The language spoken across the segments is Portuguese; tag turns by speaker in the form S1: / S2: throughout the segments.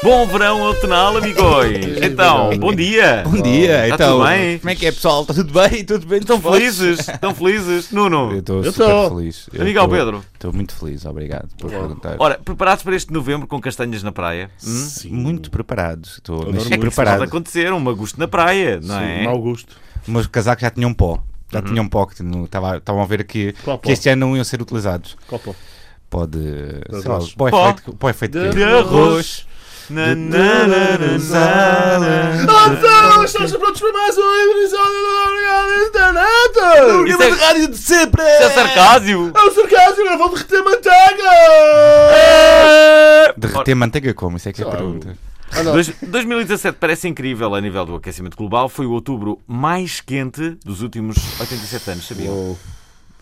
S1: Bom verão outonal, amigões! Então, bom dia!
S2: Bom dia,
S1: Tá
S2: então.
S1: tudo bem?
S2: Como é que é, pessoal? Está tudo bem? Tudo bem? Estão
S1: Felizes? Estão felizes?
S2: Eu
S1: Nuno!
S2: estou
S3: Eu
S2: super
S3: tô.
S2: feliz. Eu
S1: Amigão
S2: tô-
S1: Pedro.
S2: Estou muito feliz, obrigado por perguntar.
S1: Ora, preparados para este novembro com castanhas na praia? Hum?
S3: Sim.
S2: muito preparado. Estou
S3: Adoro
S2: nasci
S3: muito.
S1: Pode
S2: preparado.
S1: acontecer, um agosto na praia, não
S3: Sim,
S1: é?
S3: mau gosto.
S2: Os meus casacos já tinham pó.
S1: Uhum.
S2: Já tinham pó que tinham- tava- estavam a ver aqui
S3: Qual
S2: que este ano não iam ser utilizados.
S3: Copo.
S2: Pode.
S3: De
S2: Sei lá,
S3: arroz.
S2: pó é
S1: Pó.
S2: feito, pó é feito
S3: De
S2: quê?
S1: arroz. Na, na, na, na, na, na.
S3: Então, estamos prontos para mais um episódio do Obrigado Internet!
S1: Isso é-
S2: rádio de sempre!
S1: Isso é sarcásio!
S4: Ah,
S3: É o sarcasmo, agora vou derreter manteiga!
S2: Derreter manteiga como? Isso é que é a
S3: Claro.
S2: pergunta.
S3: Ah, não.
S1: Dois- 2017 parece incrível a nível do aquecimento global. Foi o outubro mais quente dos últimos 87 anos, sabiam?
S3: Wow,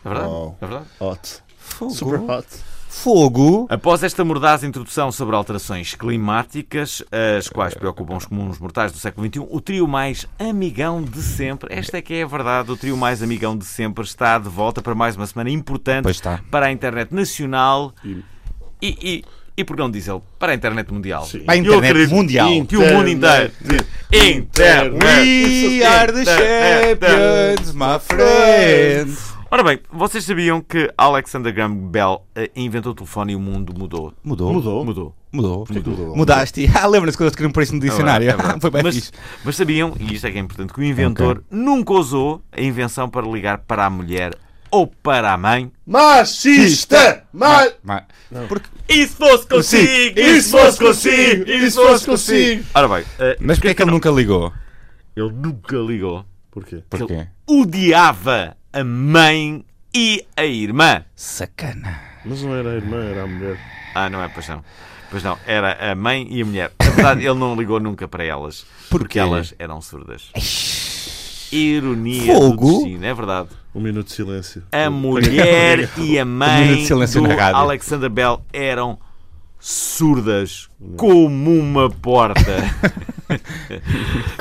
S1: É verdade?
S3: Uau.
S1: É verdade?
S3: Hot.
S2: Fogo.
S3: Super hot.
S2: Fogo.
S1: Após esta mordaz introdução sobre alterações climáticas, as quais preocupam os comuns mortais do século XXI, o trio mais amigão de sempre, esta é que é a verdade, o trio mais amigão de sempre está de volta para mais uma semana importante
S2: Pois está.
S1: para a internet nacional
S3: E-
S1: e, e, e por que não dizer, para a internet mundial.
S3: Sim.
S2: Para a
S1: Eu
S2: internet
S1: acredito
S2: mundial.
S1: Que o mundo inteiro. É,
S2: We are the champions, my friends.
S1: Ora bem, vocês sabiam que Alexander Graham Bell eh, inventou o telefone e o mundo mudou?
S2: Mudou.
S3: Mudou.
S1: Mudou.
S2: Mudou.
S3: mudou?
S2: Mudaste. Ah, lembra-se quando eu te queria um preço no dicionário?
S1: É verdade.
S2: Foi bem
S1: mas,
S2: fixe.
S1: mas sabiam, e isto é que é importante, que o inventor nunca usou a invenção para ligar para a mulher ou para a mãe.
S3: Machista! Ma...
S2: Mas- porque-
S1: E se fosse
S2: Sim,
S3: E se fosse consigo? E se fosse consigo?
S1: Ora bem, eh,
S2: Mas porquê é que ele nunca ligou?
S1: ele nunca ligou.
S3: Porquê?
S2: Porquê?
S1: Odiava a mãe e a irmã.
S2: Sacana.
S3: Mas não era a irmã, era a mulher.
S1: Ah, não é, pois não. Pois não, era a mãe e a mulher. Na verdade, ele não ligou nunca para elas. Porque
S2: Porquê?
S1: elas eram surdas. Ironia
S2: Fogo?
S1: do destino, é verdade.
S3: Um minuto de silêncio.
S1: A mulher e a
S2: Um
S1: mãe
S2: minuto de silêncio
S1: do
S2: na rádio.
S1: Alexander Bell eram surdas como uma porta.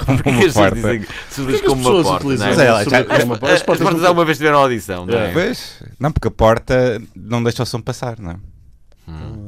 S2: Como
S1: Porque
S2: uma
S1: as pessoas
S2: porta.
S1: dizem é que
S3: Porquê que
S1: surdas
S3: as
S1: como uma
S3: pessoas
S1: porta.
S3: utilizam
S1: não é?
S2: Mas é lá,
S3: sobre-
S2: já-
S3: como uma
S1: As portas
S3: nunca-
S1: alguma vez tiveram audição, não é?
S2: Pois? Não, porque a porta não deixa o som passar, não é?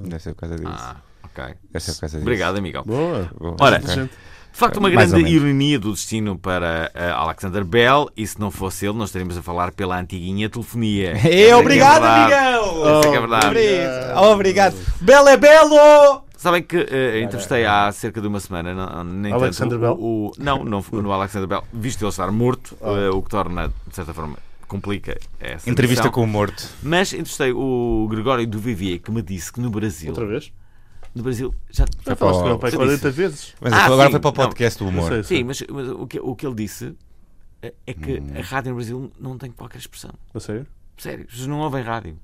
S2: Deve ser por causa disso.
S1: Hum. Ah, ok.
S2: Deve ser por causa disso.
S1: Obrigado, amigão.
S3: Boa.
S2: Bom,
S1: Ora,
S2: ok.
S3: Gente,
S1: De facto, uma
S2: Mais
S1: grande
S2: ou menos.
S1: ironia do destino para eh, Alexander Bell, e se não fosse ele, nós estaríamos a falar pela antiguinha telefonia. Essa é que
S2: É,
S1: é
S2: obrigado,
S1: verdade.
S2: amigão!
S1: Essa é que é verdade.
S2: Obrigado. Obrigado. Belo é belo!
S1: Sabem que eh, entrevistei há cerca de uma semana, não, nem tanto,
S3: Alexander
S1: o-
S3: Bell? Ah.
S1: o- não, não foi no Alexander Bell, visto ele estar morto, eh, o que torna, de certa forma, complica essa
S2: Entrevista
S1: missão.
S2: com o morto.
S1: Mas entrevistei o Gregório do Vivier, que me disse que no Brasil,
S3: outra vez?
S1: no Brasil já...
S3: Já falaste com ele pai
S1: Sim.
S3: 40 vezes.
S2: Mas
S1: Ah,
S2: agora
S1: sim.
S2: foi para o
S1: Não.
S2: podcast do humor.
S3: Não sei.
S1: Sim, mas, mas o, que, o que ele disse eh, é que
S2: Hum.
S1: a rádio no Brasil não tem qualquer expressão.
S3: A sério?
S1: Sério, vocês não ouvem rádio.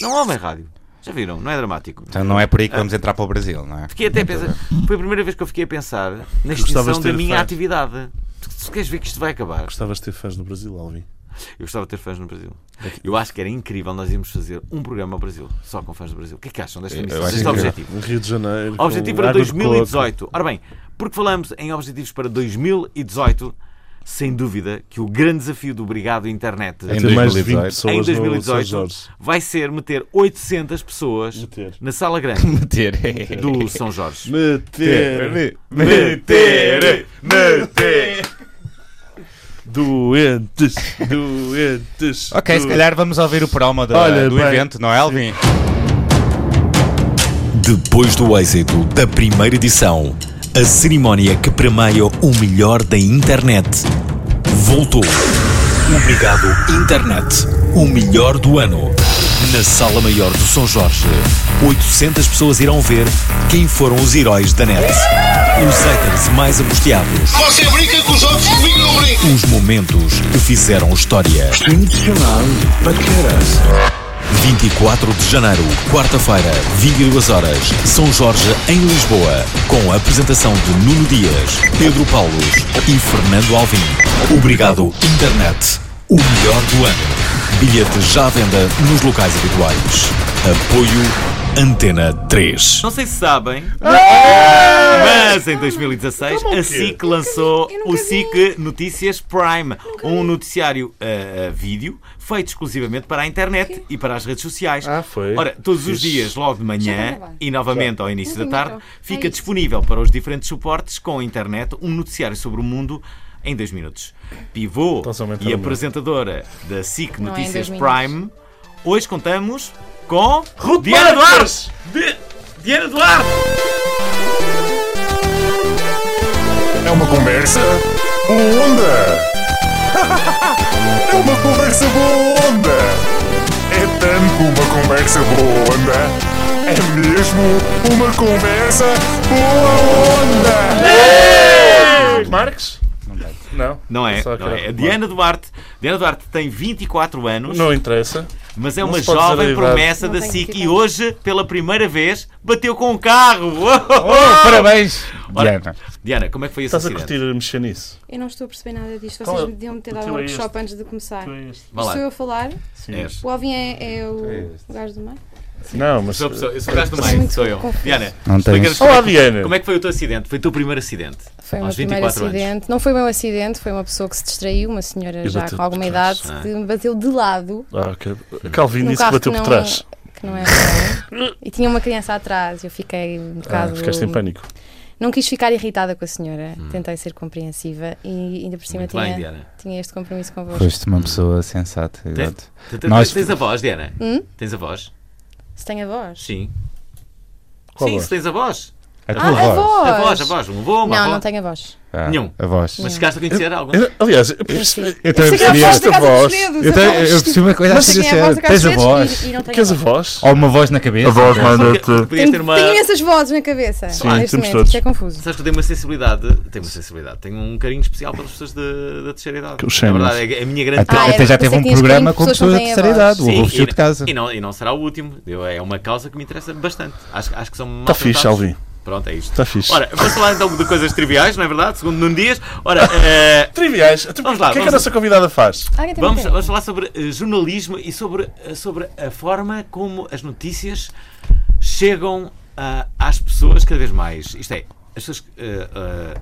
S1: Não ouvem rádio. Já viram? Não é dramático.
S2: Então não é por aí que vamos entrar para o Brasil, não é?
S1: Fiquei até a pensar. Foi a primeira vez que eu fiquei a pensar na
S3: gostavas
S1: extinção
S3: de ter
S1: da minha
S3: fãs.
S1: atividade. Tu, tu queres ver que isto vai acabar?
S3: Gostavas de ter fãs no Brasil, Alvin?
S1: Eu gostava de ter fãs no Brasil. Eu acho que era incrível nós irmos fazer um programa ao Brasil, só com fãs do Brasil. O que é que acham desta
S2: Eu
S1: missão?
S2: acho
S1: Deste
S2: incrível.
S1: objetivo.
S3: No Rio de Janeiro. com
S1: Objetivo para
S3: água de coco.
S1: 2018. Ora bem, porque falamos em objetivos para 2018, sem dúvida que o grande desafio do Obrigado Internet
S2: Em
S3: Ter mais de 20
S2: 2018.
S3: pessoas
S1: em
S3: no São
S1: 2018
S3: Jorge.
S1: vai ser meter 800 pessoas
S3: Meter.
S1: na sala grande.
S2: Meter.
S1: do São Jorge.
S3: Meter.
S2: Meter.
S1: Meter!
S3: Doentes. Doentes.
S2: Ok, se
S3: doentes.
S2: calhar vamos ouvir o promo da-
S3: Olha,
S2: do
S3: bem.
S2: evento, não é, Alvin?
S5: Depois do êxito da primeira edição, a cerimónia que premia o melhor da internet voltou. Obrigado, Internet. O melhor do ano. Na Sala Maior do São Jorge, 800 pessoas irão ver quem foram os heróis da net. Os haters mais angustiados.
S6: Você brinca com os outros, comigo não brinca.
S5: Os momentos que fizeram história.
S6: Emocional para caras.
S5: 24 de janeiro, quarta-feira, 22 horas, São Jorge, em Lisboa, com a apresentação de Nuno Dias, Pedro Paulos e Fernando Alvim. Obrigado, Internet. O melhor do ano. Bilhetes já à venda nos locais habituais. Apoio Antena 3.
S1: Não sei se sabem, mas em 2016 a SIC lançou o SIC Notícias Prime, um noticiário ah, ah, vídeo feito exclusivamente para a internet e para as redes sociais.
S3: Ah, foi.
S1: Ora, todos os dias, logo de
S7: Já
S1: manhã
S7: vai lá.
S1: e novamente ao início da
S7: Não
S1: tarde,
S7: tem micro.
S1: fica
S7: É isso.
S1: disponível para os diferentes suportes com a internet um noticiário sobre o mundo. Em dois minutos. Pivô
S3: Então, só aumentar
S1: e
S3: o meu.
S1: apresentadora da SIC
S7: Não é em
S1: Notícias
S7: dois minutos.
S1: Prime, hoje contamos com Diana Duarte!
S3: Diana Duarte!
S8: É uma conversa boa onda! É uma conversa boa onda! É tanto uma conversa boa onda! É mesmo uma conversa boa onda!
S3: Marques? Não.
S1: Não é?
S3: Só que
S1: não
S3: era
S1: é.
S3: Marques.
S1: Diana Duarte. Diana Duarte tem 24 anos,
S3: Não interessa.
S1: mas é
S3: não
S1: uma
S3: se pode dizer a
S1: jovem
S3: idade.
S1: promessa
S7: Não
S1: da
S7: tenho
S1: SIC
S7: que
S1: e
S7: idade.
S1: hoje, pela primeira vez, bateu com um carro.
S3: Oh,
S2: Parabéns,
S1: Ora-
S2: Diana.
S1: Diana, como é que foi esse
S3: Estás a
S1: acidente?
S3: curtir mexer nisso?
S7: Eu não estou a perceber nada disto.
S3: Qual é?
S7: Vocês me deviam ter
S3: O
S7: dado
S3: teu
S7: um
S3: é
S7: workshop
S3: este.
S7: antes de começar.
S1: Vá lá.
S7: Estou eu a falar.
S3: Sim.
S1: És.
S7: O Alvin é, é o,
S2: este.
S7: o gajo do mar.
S3: Não, mas. eh,
S1: Sou a pessoa- Eu sou o gajo do meio, sou eu.
S7: Confuso.
S1: Diana,
S2: Não tens-
S1: explica-nos como,
S3: Olá,
S1: é que-
S3: Diana!
S1: como é que foi o teu acidente? Foi o teu primeiro acidente?
S7: Foi o meu
S1: aos
S7: primeiro
S1: 24 anos.
S7: acidente. Não foi bem um acidente, foi uma pessoa que se distraiu, uma senhora
S3: Eu
S7: já
S3: bati
S7: com alguma
S3: por trás.
S7: idade, que me bateu de lado.
S3: Ah, ok. Calvin
S7: num
S3: disse que
S7: carro
S3: bateu
S7: que
S3: por
S7: não,
S3: trás.
S7: que não é bom. E tinha uma criança atrás. Eu fiquei um
S3: Ah,
S7: bocado.
S3: ficaste em pânico.
S7: não quis ficar irritada com a senhora. Tentei ser compreensiva e ainda por cima
S1: Muito bem,
S7: tinha,
S1: Diana.
S7: tinha este compromisso convosco.
S2: Foste uma pessoa sensata.
S1: Tem-
S2: exato.
S1: Tu- tu-
S2: Nós-
S1: Tens a voz, Diana?
S7: Hum?
S1: Tens a voz?
S7: Se tem a voz.
S1: Sim.
S3: Qual
S1: Sim,
S3: voz?
S1: se tens a voz.
S2: A tua
S7: Ah, a
S2: voz.
S7: voz!
S1: A voz, a voz. Um voo, uma
S7: Não,
S1: avó.
S7: não tenho a voz.
S2: Ah,
S1: Nenhum.
S2: A voz.
S1: Mas chegaste a conhecer algum?
S3: Eu- Aliás, eu percebi.
S7: Sim.
S2: Eu também
S7: sei que era
S2: percebi
S7: a voz
S2: esta
S7: da Casa dos
S3: voz.
S7: Segredos,
S2: Eu
S7: a
S2: tenho-
S7: voz.
S2: eu percebi uma coisa
S7: Mas
S2: assim,
S7: tinha a voz da Casa
S2: tens a
S7: dos
S2: voz.
S7: Segredos E, e não tenho
S3: Queres a
S7: voz.
S3: voz?
S2: Ou uma voz na cabeça.
S8: voz
S1: Porque Podias ter
S7: Tenho,
S1: uma.
S7: tenho imensas vozes na cabeça.
S3: Sim,
S2: Ah,
S7: neste
S3: temos
S7: momento,
S3: todos.
S7: isto é confuso.
S1: Sabes que eu tenho uma sensibilidade, tenho uma sensibilidade, tenho um carinho especial pelas pessoas de- da terceira idade.
S3: Que os séniores.
S1: Na verdade, é a minha grande
S2: Até,
S7: Ah,
S1: causa.
S7: era
S2: até já
S7: por isso
S2: teve
S7: é
S2: um
S7: que tinhas
S2: programa
S7: carinho,
S2: com
S7: pessoas não
S2: pessoas da
S7: têm
S2: terceira
S7: a voz.
S2: idade. O
S1: Sim,
S2: Rodolfo
S1: e-
S2: Chico de Casa.
S1: E não, e não será o último. Eu- é uma causa que me interessa bastante. Acho, acho que são
S3: Está Tá fixe,
S1: maltratados.
S3: Alvin.
S1: Pronto, é isto.
S3: Está tá fixe.
S1: Ora, vamos falar então de coisas triviais, não é verdade? Segundo Nuno Dias. Ora, eh,
S3: Triviais. Então,
S1: Vamos lá,
S3: O que é que a
S1: vamos-
S3: nossa convidada faz?
S7: Alguém tem
S1: vamos,
S7: uma
S1: vamos falar sobre eh, jornalismo e sobre, eh, sobre a forma como as notícias chegam ah, às pessoas cada vez mais. Isto é, as pessoas eh, ah,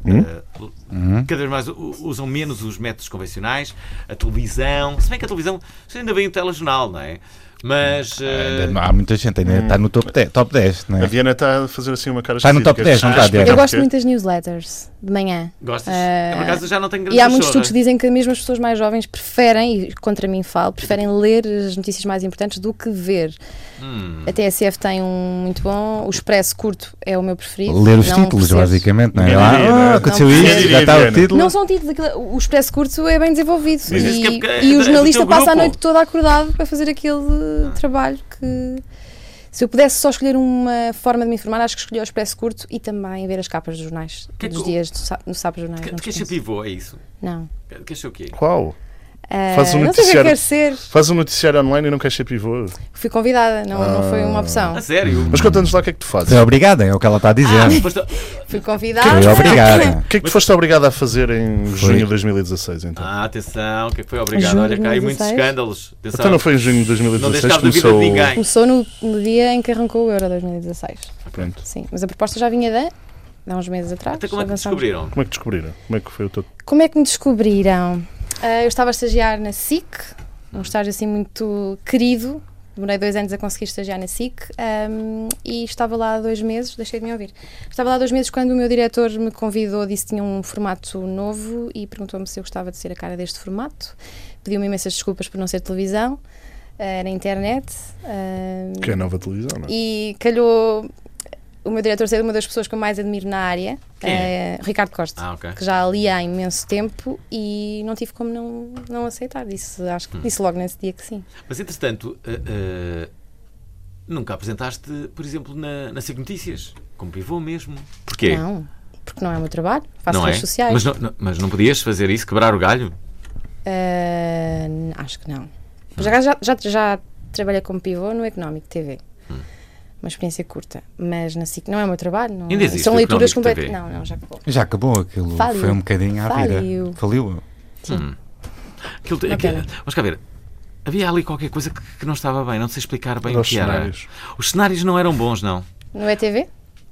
S3: Hum?
S1: ah, cada vez mais u- usam menos os métodos convencionais, a televisão. Se bem que a televisão se ainda vem o telejornal, não é?
S3: Hum,
S1: Mas. eh,
S2: Ainda- Há muita gente, ainda está no top 10, top 10 não
S3: A
S2: é?
S3: Diana está a fazer assim uma cara
S2: Está no
S3: esquisita,
S2: top 10, não
S3: que
S2: está,
S3: acho que
S2: Diana?
S7: Eu
S2: Não,
S7: gosto
S3: porque-
S7: muito das newsletters de manhã.
S1: Gostas?
S7: Eh,
S1: Eu, por acaso já não é? tenho grande
S7: E há muitos
S1: pachorra.
S7: estudos que dizem que mesmo as pessoas mais jovens preferem, e contra mim falo, preferem ler as notícias mais importantes do que ver.
S1: Hum.
S7: A TSF tem um muito bom, o Expresso curto é o meu preferido.
S2: Ler os
S7: não
S2: títulos,
S7: percebo.
S2: basicamente, não é?
S3: Ninguém diria, não é?
S2: Ah, aconteceu
S7: Não
S2: isto,
S7: percebes.
S2: já está o
S3: Ninguém diria,
S2: título.
S7: Não são títulos, aquilo- o Expresso curto é bem desenvolvido
S1: Mas isso que é
S7: e,
S1: porque
S7: e
S1: é do
S7: o jornalista
S1: teu
S7: passa a
S1: grupo. Ah.
S7: noite toda acordado para fazer aquele trabalho que. Se eu pudesse só escolher uma forma de me informar, acho que escolhi o Expresso Curto e também ver as capas dos jornais,
S1: Que é
S7: dos
S1: que o-
S7: dias do sá- no sábado jornais.
S1: Que-
S7: não
S1: Tu queres ser
S7: esqueço.
S1: pivô, é isso?
S7: Não.
S1: Queres ser é o quê?
S3: Qual?
S7: Ah,
S3: Faz um
S7: não sei o que
S3: noticiário.
S7: é que quero ser.
S3: Faz um noticiário online e não queres ser pivô.
S7: Fui convidada, não, não foi
S3: Ah.
S7: uma opção.
S1: A sério?
S3: Mas conta-nos lá o que é que tu fazes.
S2: É obrigada, é o que ela está a
S1: Ah,
S2: dizer.
S1: depois tu-
S7: Fui convidada.
S2: É obrigada.
S3: O que é que tu foste obrigado a fazer em junho de 2016, então?
S1: Ah, atenção, o que é que foi? Obrigado.
S7: Juro,
S1: Olha, cá, há muitos
S7: 2016.
S1: escândalos. Atenção.
S3: então não foi em junho de
S1: Não
S3: 2016
S1: deixaste
S3: que
S1: da vida de
S3: começou...
S1: ninguém.
S7: Começou no, no dia em que arrancou o Euro 2016.
S3: Pronto.
S7: Sim, mas a proposta já vinha de, de há uns meses atrás.
S1: Até como é que
S7: avançámos.
S1: descobriram?
S3: Como é que descobriram? Como é que foi o teu...
S7: Como é que me descobriram? Ah, eu estava a estagiar na SIC, um estágio assim muito querido. Demorei dois anos a conseguir estagiar na SIC ahm, e estava lá há dois meses, deixei de me ouvir. Estava lá há dois meses quando o meu diretor me convidou, disse que tinha um formato novo e perguntou-me se eu gostava de ser a cara deste formato. Pediu-me imensas desculpas por não ser televisão, ah, na internet. ahm,
S3: Que é a nova televisão, não é?
S7: e calhou o meu diretor ser uma das pessoas que eu mais admiro na área,
S1: Quem é?
S7: eh, Ricardo Costa,
S1: Ah, ok.
S7: que já ali há imenso tempo e não tive como não, não aceitar. Disse, acho
S1: Hum.
S7: que disse logo nesse dia que sim.
S1: Mas entretanto, ah, ah, nunca apresentaste, por exemplo, na, na SIC Notícias? Como pivô mesmo? Porquê?
S7: Não, porque não é o meu trabalho, faço
S1: Não é?
S7: redes sociais.
S1: Mas não, não- mas não podias fazer isso, quebrar o galho?
S7: Eh, n- acho que não. Já, já, já, já trabalhei como pivô no Económico TV.
S1: Hum.
S7: Uma experiência curta, mas na SIC não é o meu trabalho. Não,
S1: Ainda existe
S7: são
S1: o
S7: leituras
S1: Económico
S7: completamente.
S1: TV?
S7: Não, não, já acabou.
S2: Já acabou aquilo.
S7: Faliu.
S2: Foi um bocadinho à vida.
S7: Faliu.
S2: Faliu.
S1: Aquilo,
S7: Uma
S1: aquilo-
S7: pena.
S1: vamos cá ver. Havia ali qualquer coisa que, que não estava bem, não sei explicar bem
S4: Era
S1: o
S4: os
S1: que era.
S4: cenários.
S1: Os cenários não eram bons, não.
S7: No ETV?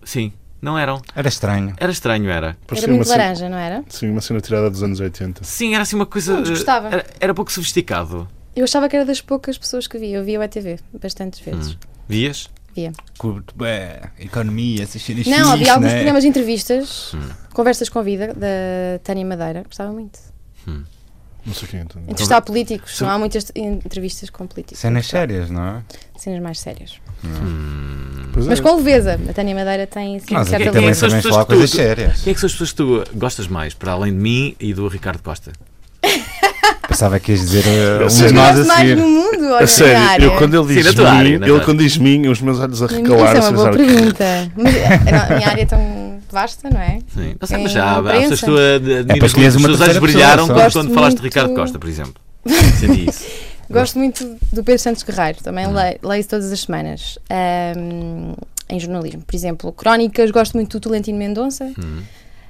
S1: Sim, não eram.
S2: Era estranho.
S1: Era estranho, era.
S4: Parecia
S7: Era muito
S4: cena-
S7: laranja, não era?
S4: Sim, uma cena tirada dos anos 80.
S1: Sim, era assim uma coisa.
S7: Não desgostava.
S1: Era, era pouco sofisticado.
S7: Eu achava que era das poucas pessoas que via. Eu via o ETV
S2: Hum.
S7: bastantes vezes.
S1: Vias?
S7: Via.
S2: Curto, é, economia, essas cenas
S7: Não, havia alguns
S2: né?
S7: programas de entrevistas,
S2: Hum.
S7: conversas com vida, da Tânia Madeira, gostava muito.
S4: Não sei quem
S3: então.
S4: entendeu.
S7: Entrevistar políticos, não há muitas entrevistas com políticos.
S2: Cenas sérias, não é?
S7: Cenas mais sérias.
S4: Hum. Pois
S7: Mas
S4: é.
S7: com leveza, a Tânia Madeira tem assim,
S2: Nós Hum. aqui
S7: certa
S2: também
S7: leveza.
S1: são-
S2: sabemos
S1: pessoas
S2: falar
S1: que
S2: coisas
S1: tu-
S2: sérias.
S1: Quem é que são as pessoas que tu gostas mais, para além de mim e do Ricardo Costa?
S2: Pensava que ias dizer uh,
S4: sei.
S2: um de nós a
S7: Gosto mais
S2: seguir.
S7: no mundo, olha,
S4: A
S7: na
S4: sério,
S7: área.
S4: eu quando ele
S1: Sim,
S4: diz
S1: na tua
S4: mim,
S1: área, na tua
S4: ele quando diz mim, os meus olhos
S7: Isso é uma
S4: arrecalaram-se.
S7: boa
S4: a pensar,
S7: pergunta. Mas eh, não, a minha área é tão vasta, não é?
S1: Sim. Não sei, mas
S7: Em
S1: já há há
S7: imprensa.
S1: pessoas que tu admiras
S2: É, para
S1: muito, os
S2: escolheres
S1: teus
S2: uma
S1: olhos
S2: terceira pessoa,
S1: brilharam
S2: só.
S1: quando, falaste
S7: Gosto
S1: de
S7: muito-
S1: Ricardo Costa, por exemplo. Senti isso.
S7: Gosto muito do Pedro Santos Guerreiro,
S4: Uhum.
S7: também le- leio todas as semanas ahm, em jornalismo. Por exemplo, crónicas, gosto muito do Tolentino Mendonça,
S4: Uhum.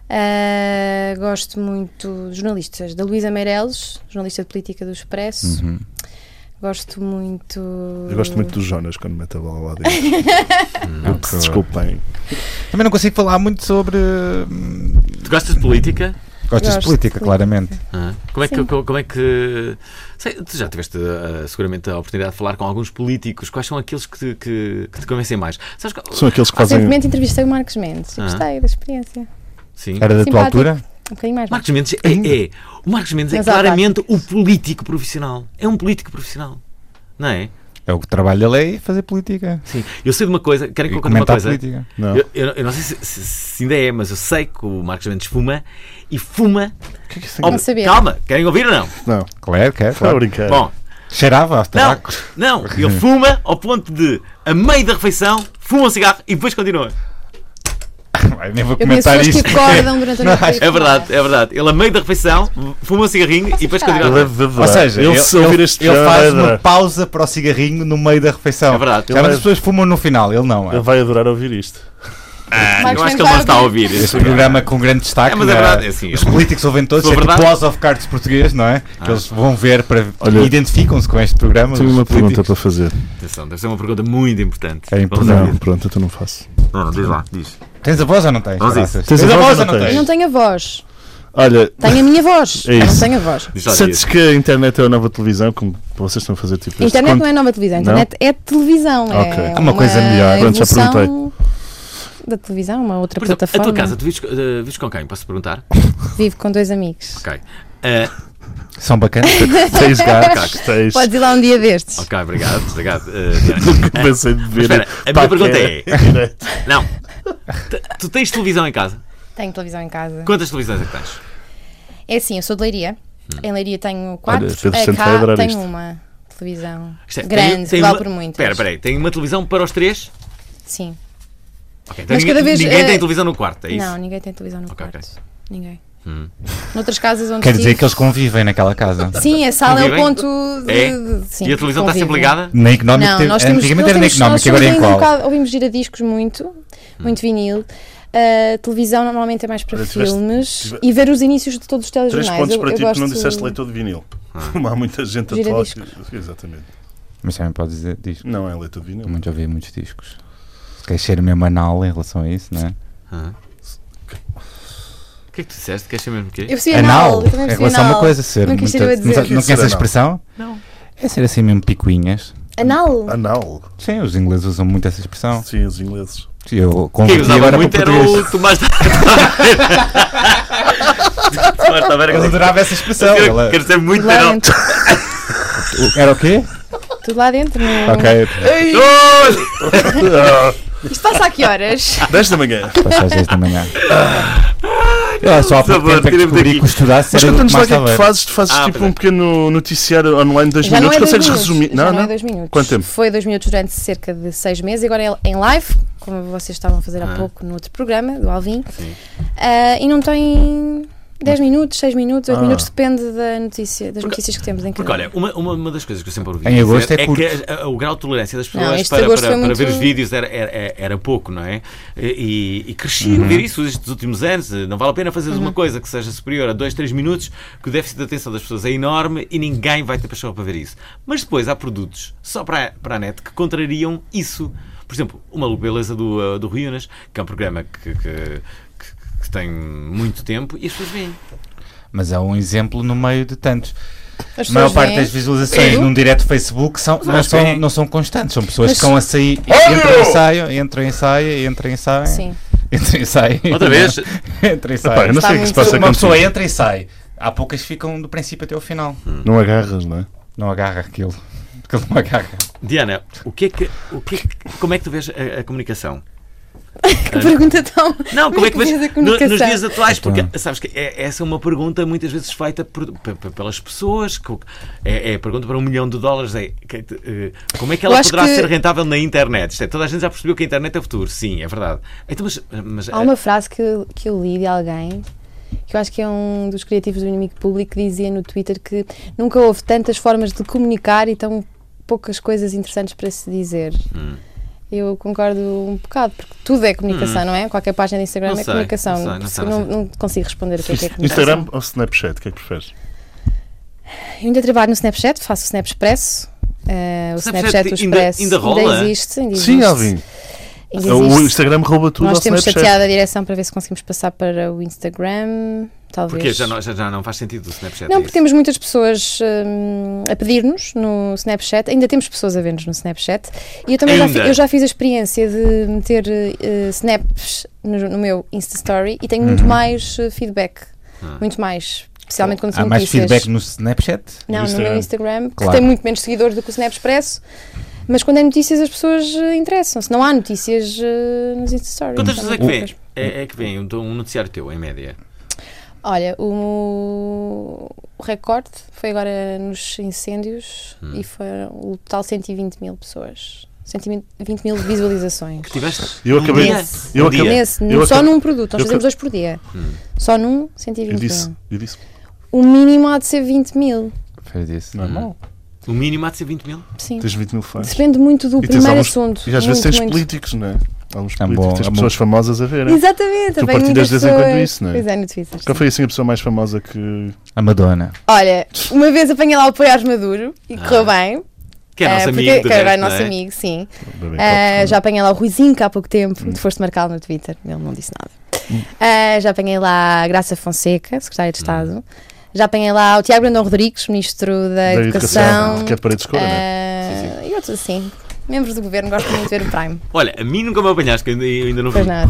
S7: Ah, gosto muito de jornalistas da Luísa Meireles, jornalista de política do Expresso.
S2: Uhum.
S7: Gosto muito.
S4: Uhum. Eu gosto muito do Jonas quando mete a bola lá dentro.
S2: Não, que-
S4: Desculpem.
S2: Também não consigo falar muito sobre. hum,
S1: Tu gostas de política?
S2: Gostas
S7: Gosto
S2: de política,
S7: de política.
S2: claramente.
S1: Ah, Como é que.
S7: Sim.
S1: co- Como é que sei, tu já tiveste ah, seguramente a oportunidade de falar com alguns políticos. Quais são aqueles que te, que, que te convencem mais? Sabes que-
S4: São aqueles
S7: Ah,
S4: que fazem.
S7: Recentemente entrevistei o Marcos Mendes e
S1: Ah.
S7: gostei da experiência.
S1: Sim.
S2: Era da tua
S7: Simpático.
S2: altura?
S7: Um bocadinho mais.
S1: Marcos Mendes é, é. O Marcos Mendes é
S7: Mas há
S1: claramente o político profissional. É um político profissional. Não é?
S2: É o que trabalho da lei fazer política.
S1: Sim. Eu sei de uma coisa. Querem que
S2: E
S1: eu conte uma
S2: comentar
S1: coisa?
S2: política.
S4: Não.
S1: Eu, eu- eu não sei se, se- se ainda é, mas eu sei que o Marcos Mendes fuma e fuma.
S4: O que é que isso É. tem?
S1: ao-
S7: Não sabia.
S1: Calma, querem ouvir ou não?
S4: Não,
S2: Claro, claro.
S4: estou a
S2: claro.
S4: brincar.
S1: Bom,
S2: Cheirava a
S1: não,
S2: tabaco.
S1: não, ele fuma ao ponto de, a meio da refeição, fuma um cigarro e depois continua.
S2: Ai, Nem vou
S7: Eu conheço
S2: comentar
S7: pessoas
S2: isto.
S7: que acordam durante a noite. para ir
S1: É verdade,
S7: fumar.
S1: é verdade. Ele, a meio da refeição, fuma um cigarrinho e depois
S4: é
S1: continua.
S2: Ou seja, ele,
S4: se ouvir
S2: ele-
S4: este
S2: ele
S4: programa,
S2: faz
S4: vai
S2: uma
S4: adorar.
S2: pausa para o cigarrinho no meio da refeição.
S1: É verdade.
S4: Ele
S2: Já mas
S4: vai-
S2: as pessoas fumam no final, ele não.
S4: Ele
S2: É.
S4: vai adorar ouvir isto.
S1: Ah,
S4: é
S7: Marcos
S1: eu acho que
S7: Mendes
S1: ele não
S7: vai
S1: está a
S7: ouvir.
S1: ouvir.
S2: Este
S1: isso.
S2: programa com grande destaque.
S1: É, mas é
S2: né?
S1: verdade, é assim,
S2: Os
S1: ele-
S2: políticos ouvem todos,
S1: Se
S2: é
S1: for
S2: tipo
S1: verdade- Ah.
S2: House of Cards português, não é? Que eles vão ver para.
S4: Olha-
S2: Identificam-se com este programa.
S4: Tenho
S2: os
S4: uma pergunta
S2: políticos.
S4: para fazer.
S1: Atenção, deve ser uma pergunta muito importante.
S2: É
S1: Vamos
S2: importante.
S1: ouvir.
S4: Não, pronto, então não faço.
S1: Não, não, diz lá, diz.
S2: Tens a voz ou não tens?
S1: Vamos a
S2: Graças.
S1: isso.
S4: Tens a voz ou não
S7: Eu não tenho a voz.
S4: Olha,
S7: Tenho a minha voz.
S4: É
S7: Eu não
S4: isso.
S7: tenho a voz.
S1: Diz lá,
S4: sentes
S1: diz.
S4: que a internet é a nova televisão, como vocês estão a fazer tipo
S7: A
S4: este
S7: internet
S4: conto-
S7: não é nova televisão, a internet é televisão.
S4: Ok.
S7: É
S4: É
S2: uma coisa melhor.
S4: Pronto, já
S7: evolução
S4: perguntei.
S7: Da televisão, uma outra
S1: Por exemplo, a
S7: plataforma.
S1: tua casa, tu vives, eh, vives com quem? Posso perguntar?
S4: Tá,
S7: Vivo com dois amigos.
S1: Ok. Eh,
S2: São bacanas.
S4: Tens gatos, tens.
S7: Podes ir lá um dia destes.
S1: ok, obrigado, obrigado. eh, Diana.
S4: Pensei de ver.
S1: Espera, a minha
S4: Pá,
S1: pergunta
S4: que
S1: é- Não. T- Tu tens televisão em casa?
S7: Tenho televisão em casa.
S1: Quantas televisões é que tens?
S7: É assim, eu sou de Leiria. Em Leiria tenho quatro.
S4: Olha, Pedro
S7: Eh,
S4: Santo vai
S7: cá
S4: adorar
S7: tenho
S4: isto.
S7: uma televisão
S1: Isto é,
S7: grande, que
S1: uma-
S7: vale por muito.
S1: Espera, espera aí. Tem uma televisão para os três?
S7: Sim.
S1: Ok, então
S7: Mas
S1: ninguém,
S7: cada vez,
S1: ninguém
S7: eh,
S1: tem televisão no quarto, é isso?
S7: Não, ninguém tem televisão no
S1: Ok, ok.
S7: quarto. Ninguém.
S1: Hum.
S7: Noutras casas onde
S2: Quer dizer
S7: estive-
S2: que eles convivem naquela casa.
S7: Sim, a sala é o
S1: Convivem?
S7: ponto de...
S1: É?
S7: de- sim,
S1: e a televisão está sempre
S7: convívio.
S1: ligada?
S2: Na económica,
S7: Não,
S2: teve-
S7: nós temos, nós
S2: antigamente era na
S7: temos,
S2: económica, agora
S7: nós
S2: é em
S7: somos ainda um
S2: qual?
S7: bocado- ouvimos giradiscos muito, muito vinil. Uh, televisão normalmente é mais para
S4: Olha, tiveste-
S7: filmes
S4: tive-
S7: e ver os inícios de todos os
S4: Três
S7: telejornais.
S4: pontos
S7: eu,
S4: para
S7: eu
S4: ti porque
S7: gosto...
S4: não disseste leitor de vinil. Como há muita gente atual. que- Exatamente.
S2: Mas também podes dizer discos.
S4: Não é leitor de vinil.
S2: Muito ouvi muitos discos. Quer ser mesmo anal em relação a isso, não é?
S1: O que é que tu disseste? Queres ser mesmo o quê?
S7: Eu percebi anal, eu também
S2: Em
S7: percebi
S2: relação a uma
S7: anal.
S2: coisa, ser.
S7: Não
S2: muito-
S7: quis ser eu a
S2: Não
S7: dizer.
S2: sa- não
S4: Ser
S2: conheces a
S4: anal.
S2: expressão?
S1: Não.
S2: É ser assim mesmo picuinhas.
S7: Anal?
S4: Anal.
S2: Sim, os ingleses usam muito essa expressão.
S4: Ah, Sim, os ingleses.
S2: Sim, Eu
S1: Quem
S2: converti
S1: usava
S2: agora
S1: muito
S2: para
S1: era
S2: português.
S1: o Tomás da Tomás Tavares.
S2: Ele adorava essa expressão. Ela-
S1: Quero ser muito
S7: Tudo lá
S1: anal.
S7: dentro.
S2: Era o quê?
S7: Tudo lá dentro. no-
S2: Ok,
S1: Oh!
S7: Isto passa a que horas?
S4: 10 da manhã.
S2: passa às 10 da manhã. Eu só há pouco
S1: favor,
S2: tempo é que
S1: tira-me
S2: descobri
S1: daqui.
S2: que o estudasse
S4: Mas
S2: era do
S4: conta-nos lá o
S2: Tomás
S4: que é que tu
S2: Tavares.
S4: fazes. Tu fazes
S1: Ah,
S4: tipo
S1: pois é.
S4: um pequeno noticiário online de 2
S7: Já não
S4: minutos.
S7: é dois
S4: Consegues
S7: minutos.
S4: resumir?
S7: Já não é dois minutos.
S4: Quanto tempo?
S7: Foi dois minutos durante cerca de seis meses. Agora é em live, como vocês estavam a fazer há pouco no outro programa, do Alvim. Ah, e não Ah, tem 10 minutos, 6 minutos, 8
S4: Ah.
S7: minutos, depende da notícia, das notícias que temos em
S1: Porque
S7: cada
S1: olha, uma, uma, uma das coisas que eu sempre ouvi
S2: Em
S1: dizer
S2: agosto é curto.
S1: que a- a- o grau de tolerância das pessoas
S7: Não, este
S1: para,
S7: agosto
S1: para,
S7: foi
S1: para ver
S7: muito-
S1: os vídeos era, era, era pouco, não é? E, e cresci a
S2: Uhum.
S1: ver isso estes últimos anos. eh, Não vale a pena fazeres
S7: Uhum.
S1: uma coisa que seja superior a 2, 3 minutos, que o déficit de atenção das pessoas é enorme e ninguém vai ter paixão para ver isso. Mas depois há produtos só para, para a net que contrariam isso. Por exemplo, uma beleza do, eh, do Rui Unas, que é um programa que, que, que- que tem muito tempo e as pessoas veem.
S2: Mas há um exemplo no meio de tantos.
S7: um. As
S2: A maior
S7: pessoas
S2: parte
S7: veem-
S2: das visualizações
S7: Eu?
S2: num direto Facebook são, não,
S1: acho que é-
S2: são, não são constantes, são pessoas
S7: Mas-
S2: que estão a sair, entram e saiam, entram e saem, entram e saem,
S7: Sim.
S2: entram e saem.
S4: Outra vez?
S2: entram e saem.
S4: Pá, eu não
S7: Está
S4: sei o que se
S7: muito-
S4: passa
S2: Uma pessoa
S4: contigo.
S2: entra e sai. Há poucas que ficam do princípio até ao final.
S4: Hum. Não agarras, não é?
S2: Não agarra aquilo. Aquilo não agarra.
S1: Diana, o que é que, o que é que- como é que tu vês a, a comunicação?
S7: Que pergunta tão.
S1: Não, como é que vês
S7: diz a
S1: no-
S7: comunicação?
S1: nos dias atuais? Porque
S2: Então.
S1: sabes que é- essa é uma pergunta muitas vezes feita por- pe- pe- pelas pessoas. que o- é, é a pergunta para um milhão de dólares: é que- eh, como é que
S7: Eu
S1: ela
S7: acho
S1: poderá
S7: que-
S1: ser rentável na internet? Isto é, toda a gente já percebeu que a internet é o futuro, sim, é verdade. Então, mas, mas-
S7: Há uma frase que, eu- que eu li de alguém, que eu acho que é um dos criativos do Inimigo Público, que dizia no Twitter que nunca houve tantas formas de comunicar e tão poucas coisas interessantes para se dizer.
S1: Hum.
S7: Eu concordo um bocado, porque tudo é comunicação, não é? Qualquer página de Instagram
S1: Hum. Não
S7: é
S1: sei,
S7: comunicação.
S1: não sei, não sei,
S7: Eu
S1: não sei.
S7: não consigo responder o que é, que é comunicação.
S4: Instagram ou Snapchat? O que é que preferes?
S7: Eu ainda trabalho no Snapchat, faço o Snap Expresso. eh, o
S1: Snapchat
S7: Snapchat, o
S1: ainda-
S7: Expresso
S1: ainda rola?
S7: existe, ainda
S4: Sim,
S7: existe.
S4: Alvin. É
S7: Ainda
S4: O
S7: existe.
S4: Instagram rouba tudo
S7: Nós
S4: ao
S7: temos
S4: Snapchat.
S7: chateado a direção para ver se conseguimos passar para o Instagram. Talvez.
S1: porque já não, é já- já não faz sentido o Snapchat.
S7: Não,
S1: é
S7: porque
S1: isso?
S7: temos muitas pessoas hum, a pedir-nos no Snapchat, ainda temos pessoas a ver-nos no Snapchat. E eu também já, fi-
S1: Ainda.
S7: eu já fiz a experiência de meter eh, snaps no, no meu Insta Story e tenho muito
S1: Uhum.
S7: mais eh, feedback.
S1: Ah.
S7: Muito mais. Especialmente quando são
S2: Há mais
S7: notícias.
S2: feedback no Snapchat?
S7: Não, no
S4: Instagram.
S7: meu Instagram,
S2: Claro.
S7: que tem muito menos seguidores do que o Snap Expresso. Mas quando é notícias, as pessoas eh, interessam-se. Não há notícias eh, nos Insta Stories.
S1: Quantas pessoas é que
S7: São
S1: vêem?
S7: poucas.
S1: É, é que vêem um, um noticiário teu, em média.
S7: Olha, o, o recorde foi agora nos incêndios
S4: Hum.
S7: e foram o total 120 mil pessoas. 120 mil visualizações.
S1: Que tiveste?
S4: Eu acabei.
S7: Nesse.
S4: Eu
S1: Um dia.
S4: acabei.
S7: Nesse,
S4: Eu
S7: só
S4: acabei-
S7: num produto, nós
S4: eu Hum.
S7: fazemos dois por dia. Só num, 120
S4: Eu disse.
S7: mil.
S4: Eu disse.
S7: O mínimo há de ser 20 mil.
S2: Fez isso.
S4: Hum.
S2: Normal.
S1: O mínimo há de ser 20 mil?
S7: Sim.
S4: Tens 20 mil fãs.
S7: Depende muito do
S4: E tens
S7: primeiro
S4: alguns-
S7: assunto.
S4: E às vezes
S7: muito,
S4: tens
S7: muito.
S4: políticos, não é? Há uns
S2: Ah, bom,
S4: políticos, tens
S2: ah, bom.
S4: pessoas famosas a verem.
S7: Exatamente,
S4: Tu
S7: também
S4: partilhas
S7: muitas
S4: de vez em quando
S7: pessoas.
S4: isso, não é?
S7: Pois é, no Twitter.
S4: Qual
S7: sim.
S4: foi assim a pessoa mais famosa que.
S2: A Madonna.
S7: Olha, uma vez apanhei lá o Poiares Maduro e
S4: Ah.
S7: correu bem.
S1: Que é
S7: eh,
S1: nosso
S7: porque-
S1: amigo. do
S7: que era
S1: resto,
S7: nosso
S1: não é?
S7: amigo, sim.
S4: Bebê,
S7: Ah,
S4: copo,
S7: já apanhei lá o Ruizinho que há pouco tempo,
S1: Hum.
S7: tu foste marcá-lo no Twitter, ele não disse nada. Ah, já apanhei lá a Graça Fonseca, Secretária
S1: Hum.
S7: de Estado. Já apanhei lá o Tiago Brandão Rodrigues, Ministro da,
S4: da
S7: Educação.
S4: que é paredes de cor,
S1: né?
S4: não é?
S7: Ah, E outros assim. Membros do governo gostam muito de ver o Prime.
S1: Olha, a mim nunca me apanhaste, que eu ainda, eu ainda não vi.
S7: Pois não.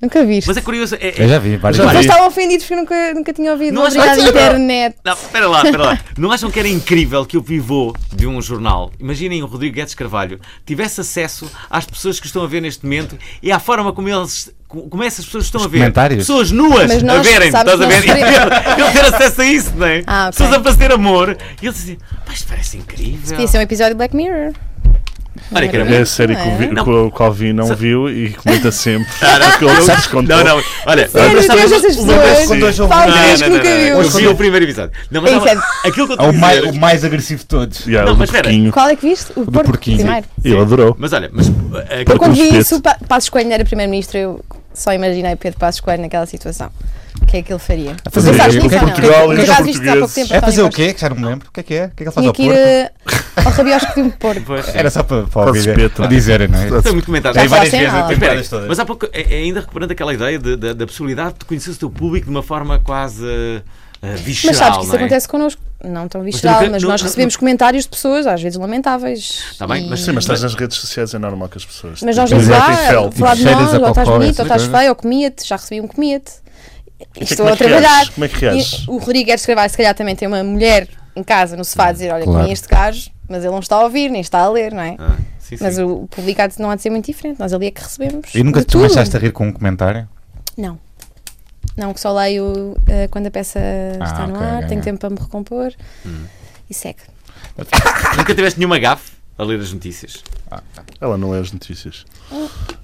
S7: Nunca viste.
S1: Mas é curioso. é- é-
S2: Eu já vi várias
S4: Já
S7: Vocês
S4: vi.
S2: vezes.
S7: estavam ofendidos porque eu nunca, nunca tinha ouvido.
S1: Não
S7: Não
S1: achas-
S7: obrigada,
S1: Não.
S7: internet.
S1: Não, espera lá, espera lá. Não acham que era incrível que o pivô de um jornal, imaginem o Rodrigo Guedes Carvalho, tivesse acesso às pessoas que estão a ver neste momento e à forma como eles. Como essas pessoas estão a ver?
S2: comentários?
S1: Pessoas nuas
S7: Mas nós,
S1: a verem,
S7: sabes,
S1: estás a ver?
S7: nós queremos-
S1: Ele, ele ter acesso a isso, não é?
S7: Ah, ok.
S1: Pessoas a fazer amor. E ele dizia, mas isto parece incrível.
S7: Isso é um episódio de Black Mirror.
S1: Olha que era
S4: É a série que o, vi,
S1: Não.
S4: que o que o Alvin não viu e comenta sempre. que ele nos contou.
S1: Não, não, olha,
S7: Sério,
S1: nós estávamos-
S7: tens essas
S1: uma vez-
S7: pessoas.
S4: quando eu
S2: jogo-
S7: Fala
S1: Não,
S7: de
S1: não,
S7: coisas que
S1: não,
S7: nunca
S1: não, Eu
S7: viu.
S1: vi o primeiro episódio. Não, mas
S7: É
S1: estava-
S7: isso,
S1: aquilo que eu
S2: Há
S1: estou
S2: o
S1: a
S2: mais,
S1: dizer-
S2: o mais agressivo de todos.
S4: E há
S1: Não,
S4: o do
S1: mas espera.
S4: porquinho.
S7: Qual é que viste? O Porco
S2: porquinho.
S7: Primeiro.
S4: Ele adorou.
S1: Mas olha, mas. eh,
S4: Porque
S7: Quando
S4: o
S7: vi
S4: espeto-
S7: isso, Pa- Passos Coelho era primeiro-ministro, eu só imaginei Pedro Passos Coelho naquela situação. O que é que ele faria?
S2: fazer
S7: Pensaste
S2: o quê?
S7: nisso ou não?
S2: Portugal
S7: Por
S2: e os
S7: acaso viste há pouco
S4: portugueses.
S7: tempo,
S2: É fazer
S7: António
S2: o quê? Que já não me lembro. O que é que é? O que é que ele faz
S7: Costa.
S2: ao
S7: Tinha que ir
S2: porco?
S7: eh, ao rabiosco de um porco.
S1: Pois,
S2: Era só para, para ouvir,
S4: respeito,
S2: a
S4: não é?
S2: dizer, não é?
S1: Tem muito comentário.
S7: Já
S1: Mas,
S2: Tem várias
S7: sem
S2: vezes,
S7: aula.
S2: tem
S1: espera,
S2: várias todas.
S1: mas há pouco, é- é ainda recuperando aquela ideia de- da- da possibilidade de conhecer o teu público de uma forma quase eh, eh, visceral.
S7: Mas sabes que isso
S1: não é?
S7: acontece connosco. Não tão visceral,
S1: nunca-
S7: mas
S1: nu-
S7: nós
S1: nu-
S7: recebemos comentários de pessoas, às vezes lamentáveis.
S2: Tá
S1: Está Tá bem,
S7: e-
S1: mas
S4: Sim, mas estás nas redes sociais, é normal que as pessoas.
S7: Mas nós
S4: Mas
S7: vamos
S4: é
S7: lá
S2: tipo
S4: Seinfeld.
S7: falar de
S2: Cheiras
S7: nós,
S2: a
S7: ou estás
S2: cocó,
S7: bonito,
S2: essa
S7: ou estás
S2: coisa. é?
S7: feio, ou comia-te, já recebi um comia-te. E Estou
S4: como
S7: a
S4: é que
S7: trabalhar.
S4: reages? Como é que reages?
S7: E O Rodrigues Carvalho, se calhar, também tem uma mulher em casa no sofá a dizer: Olha,
S2: Claro.
S7: comi este gajo, mas ele não está a ouvir, nem está a ler, não é?
S1: Ah, sim, sim.
S7: Mas o publicado não há de ser muito diferente, nós ali é que recebemos.
S2: E nunca
S7: de
S2: te
S7: tudo.
S2: começaste a rir com um comentário?
S7: Não. Não, que só leio eh, quando a peça está no
S2: Ah, ok,
S7: ar,
S2: ok, Hum. ok.
S7: tenho tempo para me recompor e segue.
S1: Nunca tiveste nenhuma gafe? a ler as notícias.
S4: Ela não lê as notícias.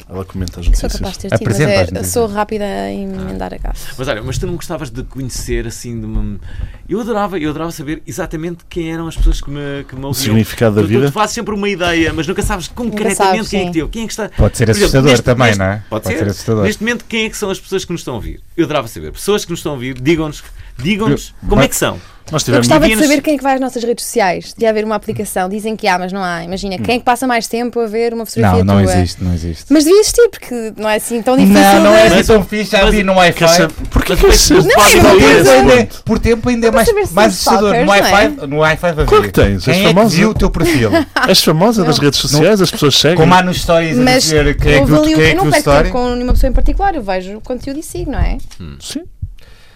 S4: Ela comenta as
S7: Sou
S4: notícias.
S7: capaz de ter tido, mas
S2: Apresenta as
S7: é,
S2: notícias.
S7: sou rápida em
S2: Ah.
S7: emendar a gafe.
S1: Mas olha, mas tu não gostavas de conhecer assim de uma... Eu adorava, eu adorava saber exatamente quem eram as pessoas que me, que me
S4: O
S1: ouviam.
S4: significado da
S1: Tu- tu-
S4: vida.
S1: Tu fazes sempre uma ideia, mas nunca sabes concretamente
S7: sabes,
S1: quem é que
S7: sim.
S1: teve. Quem é que está...
S2: Pode ser
S1: Por exemplo,
S2: assustador
S1: neste-
S2: também,
S1: neste-
S2: não é?
S1: Pode,
S2: ser assustador.
S1: Neste momento, quem é que são as pessoas que nos estão a ouvir? Eu adorava saber. Pessoas que nos estão a ouvir, digam-nos digam-nos como é que são.
S4: Nós
S7: Eu
S4: tivemos.
S7: gostava de
S1: meninas-
S7: saber quem é que vai às nossas redes sociais. De haver uma aplicação. Dizem que há, mas não há. Imagina, quem é que passa mais tempo a ver uma fotografia
S2: Hum. Não, não
S7: tua?
S2: existe, não existe.
S7: Mas devia existir, porque não é assim tão difícil.
S2: Não, não é
S7: de-
S2: assim tão fixe, já
S1: mas-
S2: vi no Wi-Fi.
S4: Quer saber- Porquê que
S1: Mas-
S4: vocês
S1: Não,
S4: fazem
S7: eu não
S4: daí
S7: quero
S4: esse
S2: Mas ainda-
S4: ponto?
S2: por tempo ainda é mais,
S7: saber se
S2: mais
S7: são
S2: assustador. No
S7: stalkers,
S2: Wi-Fi, no Wi-Fi vai
S4: Claro que
S2: ver.
S4: tens, és
S2: Quem é que
S4: famosa.
S2: viu o teu perfil?
S4: És famosa das redes sociais, as pessoas seguem.
S2: Como há nos stories a
S7: Mas
S2: dizer quem é que
S7: houve
S2: viu
S7: ali- um-
S2: quem é
S7: eu
S2: que
S7: não
S2: viu o
S7: perco
S2: story.
S7: tempo com nenhuma pessoa em particular, eu vejo o conteúdo e sigo, não é?
S4: Sim.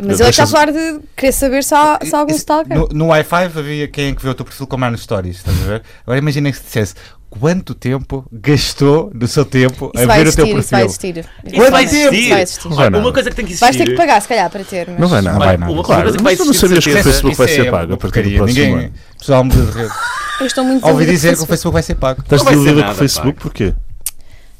S7: Mas
S4: Eu
S7: ele é que está a
S4: deixo-
S7: falar de querer saber se há, se há algum
S2: Isso-
S7: stalker.
S2: No, no Wi-Fi havia quem é que vê o teu perfil como há nos stories, estás a ver? Agora imagina que se dissesse quanto tempo gastou do seu tempo
S7: Isso
S2: a
S7: vai
S2: ver o teu
S7: existir,
S2: perfil.
S7: isso vai existir.
S1: Isso vai
S2: Quanto tempo?
S1: existir.
S7: Vai existir.
S4: Não vai
S1: Uma
S4: nada.
S1: coisa que tem que existir.
S7: Vais ter que pagar, se calhar, para ter. Mas...
S4: Não vai nada.
S2: Não vai
S1: Uma-
S2: nada.
S1: uma
S2: Claro.
S1: coisa que
S4: Claro,
S1: vai
S4: mas tu não
S1: existir de
S4: sabias que o
S2: é-
S1: certeza.
S4: Facebook vai ser pago a partir do
S2: porcaria.
S4: próximo
S2: Ninguém,
S4: ano.
S2: pessoal, muda de rede.
S7: Eu estou muito
S2: Ouvi
S7: desiludida
S2: dizer
S7: com
S2: que
S7: o
S2: o Facebook vai ser pago.
S4: Estás
S1: Não vai ser
S4: desiludida com
S1: nada,
S4: o Facebook porquê?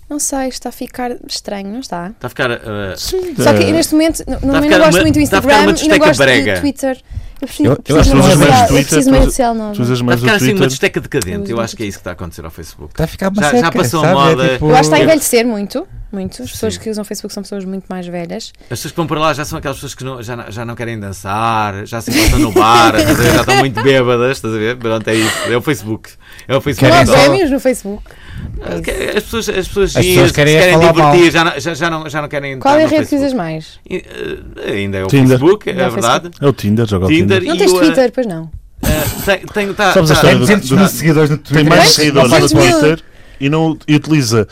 S7: Não sei, está a ficar estranho, não está?
S1: Está a ficar. ah,
S4: Sim,
S2: É.
S7: Só que
S4: eh,
S7: neste momento, no- no-
S1: a
S7: eu
S1: ficar
S7: não gosto
S1: uma-
S7: muito do
S1: está a ficar uma
S7: Instagram e não
S1: discoteca
S7: gosto
S1: brega.
S7: do Twitter. Eu preciso,
S4: Eu- eu
S7: preciso
S4: acho
S7: de
S4: que
S7: uma
S4: usas
S7: rede
S4: mais
S7: social-
S4: Twitter,
S7: eu preciso de uma
S4: tu-
S7: rede social nova.
S4: tu usas
S1: Está a
S4: mais o
S1: ficar assim uma
S4: Twitter.
S1: desteca decadente. Eu acho que é isso que está a acontecer ao Facebook.
S2: Está tá a ficar uma
S1: Já- já
S2: seca,
S1: passou
S2: sabe?
S1: moda.
S2: É tipo-
S7: Eu acho que tá está a envelhecer muito. Muito. As pessoas
S1: Sim.
S7: que usam Facebook são pessoas muito mais velhas.
S1: As pessoas que vão para lá já são aquelas pessoas que não- já, não- já não querem dançar, já se encontram no bar, estás a ver? já estão muito bêbadas, estás a ver? Pronto, é isso. É o Facebook. É o Facebook.
S7: Não há
S2: Querem só-
S7: prémios no Facebook.
S1: As pessoas, as pessoas,
S2: As
S1: giras,
S2: pessoas querem
S1: se
S2: falar
S1: divertir, já não, já, já não, já não querem
S7: é Qual
S1: entrar
S7: é a
S1: no
S7: rede que
S1: Facebook.
S7: usas mais?
S1: Eh, Ainda é o
S4: Tinder.
S1: Facebook, é
S7: Ainda é o
S1: verdade.
S4: É o Tinder, joga o
S1: Tinder
S4: Tinder.
S7: Não
S1: e
S7: tens
S1: o, eh,
S7: Twitter, pois não.
S1: eh, tem- tem- tá-
S4: Sabes a
S1: tá-
S4: história
S2: Tem
S4: do-
S2: 200 mil seguidores no Twitter.
S4: Tem mais
S7: Mas- é
S4: seguidores no
S7: mas mil.
S4: Twitter e não e utiliza.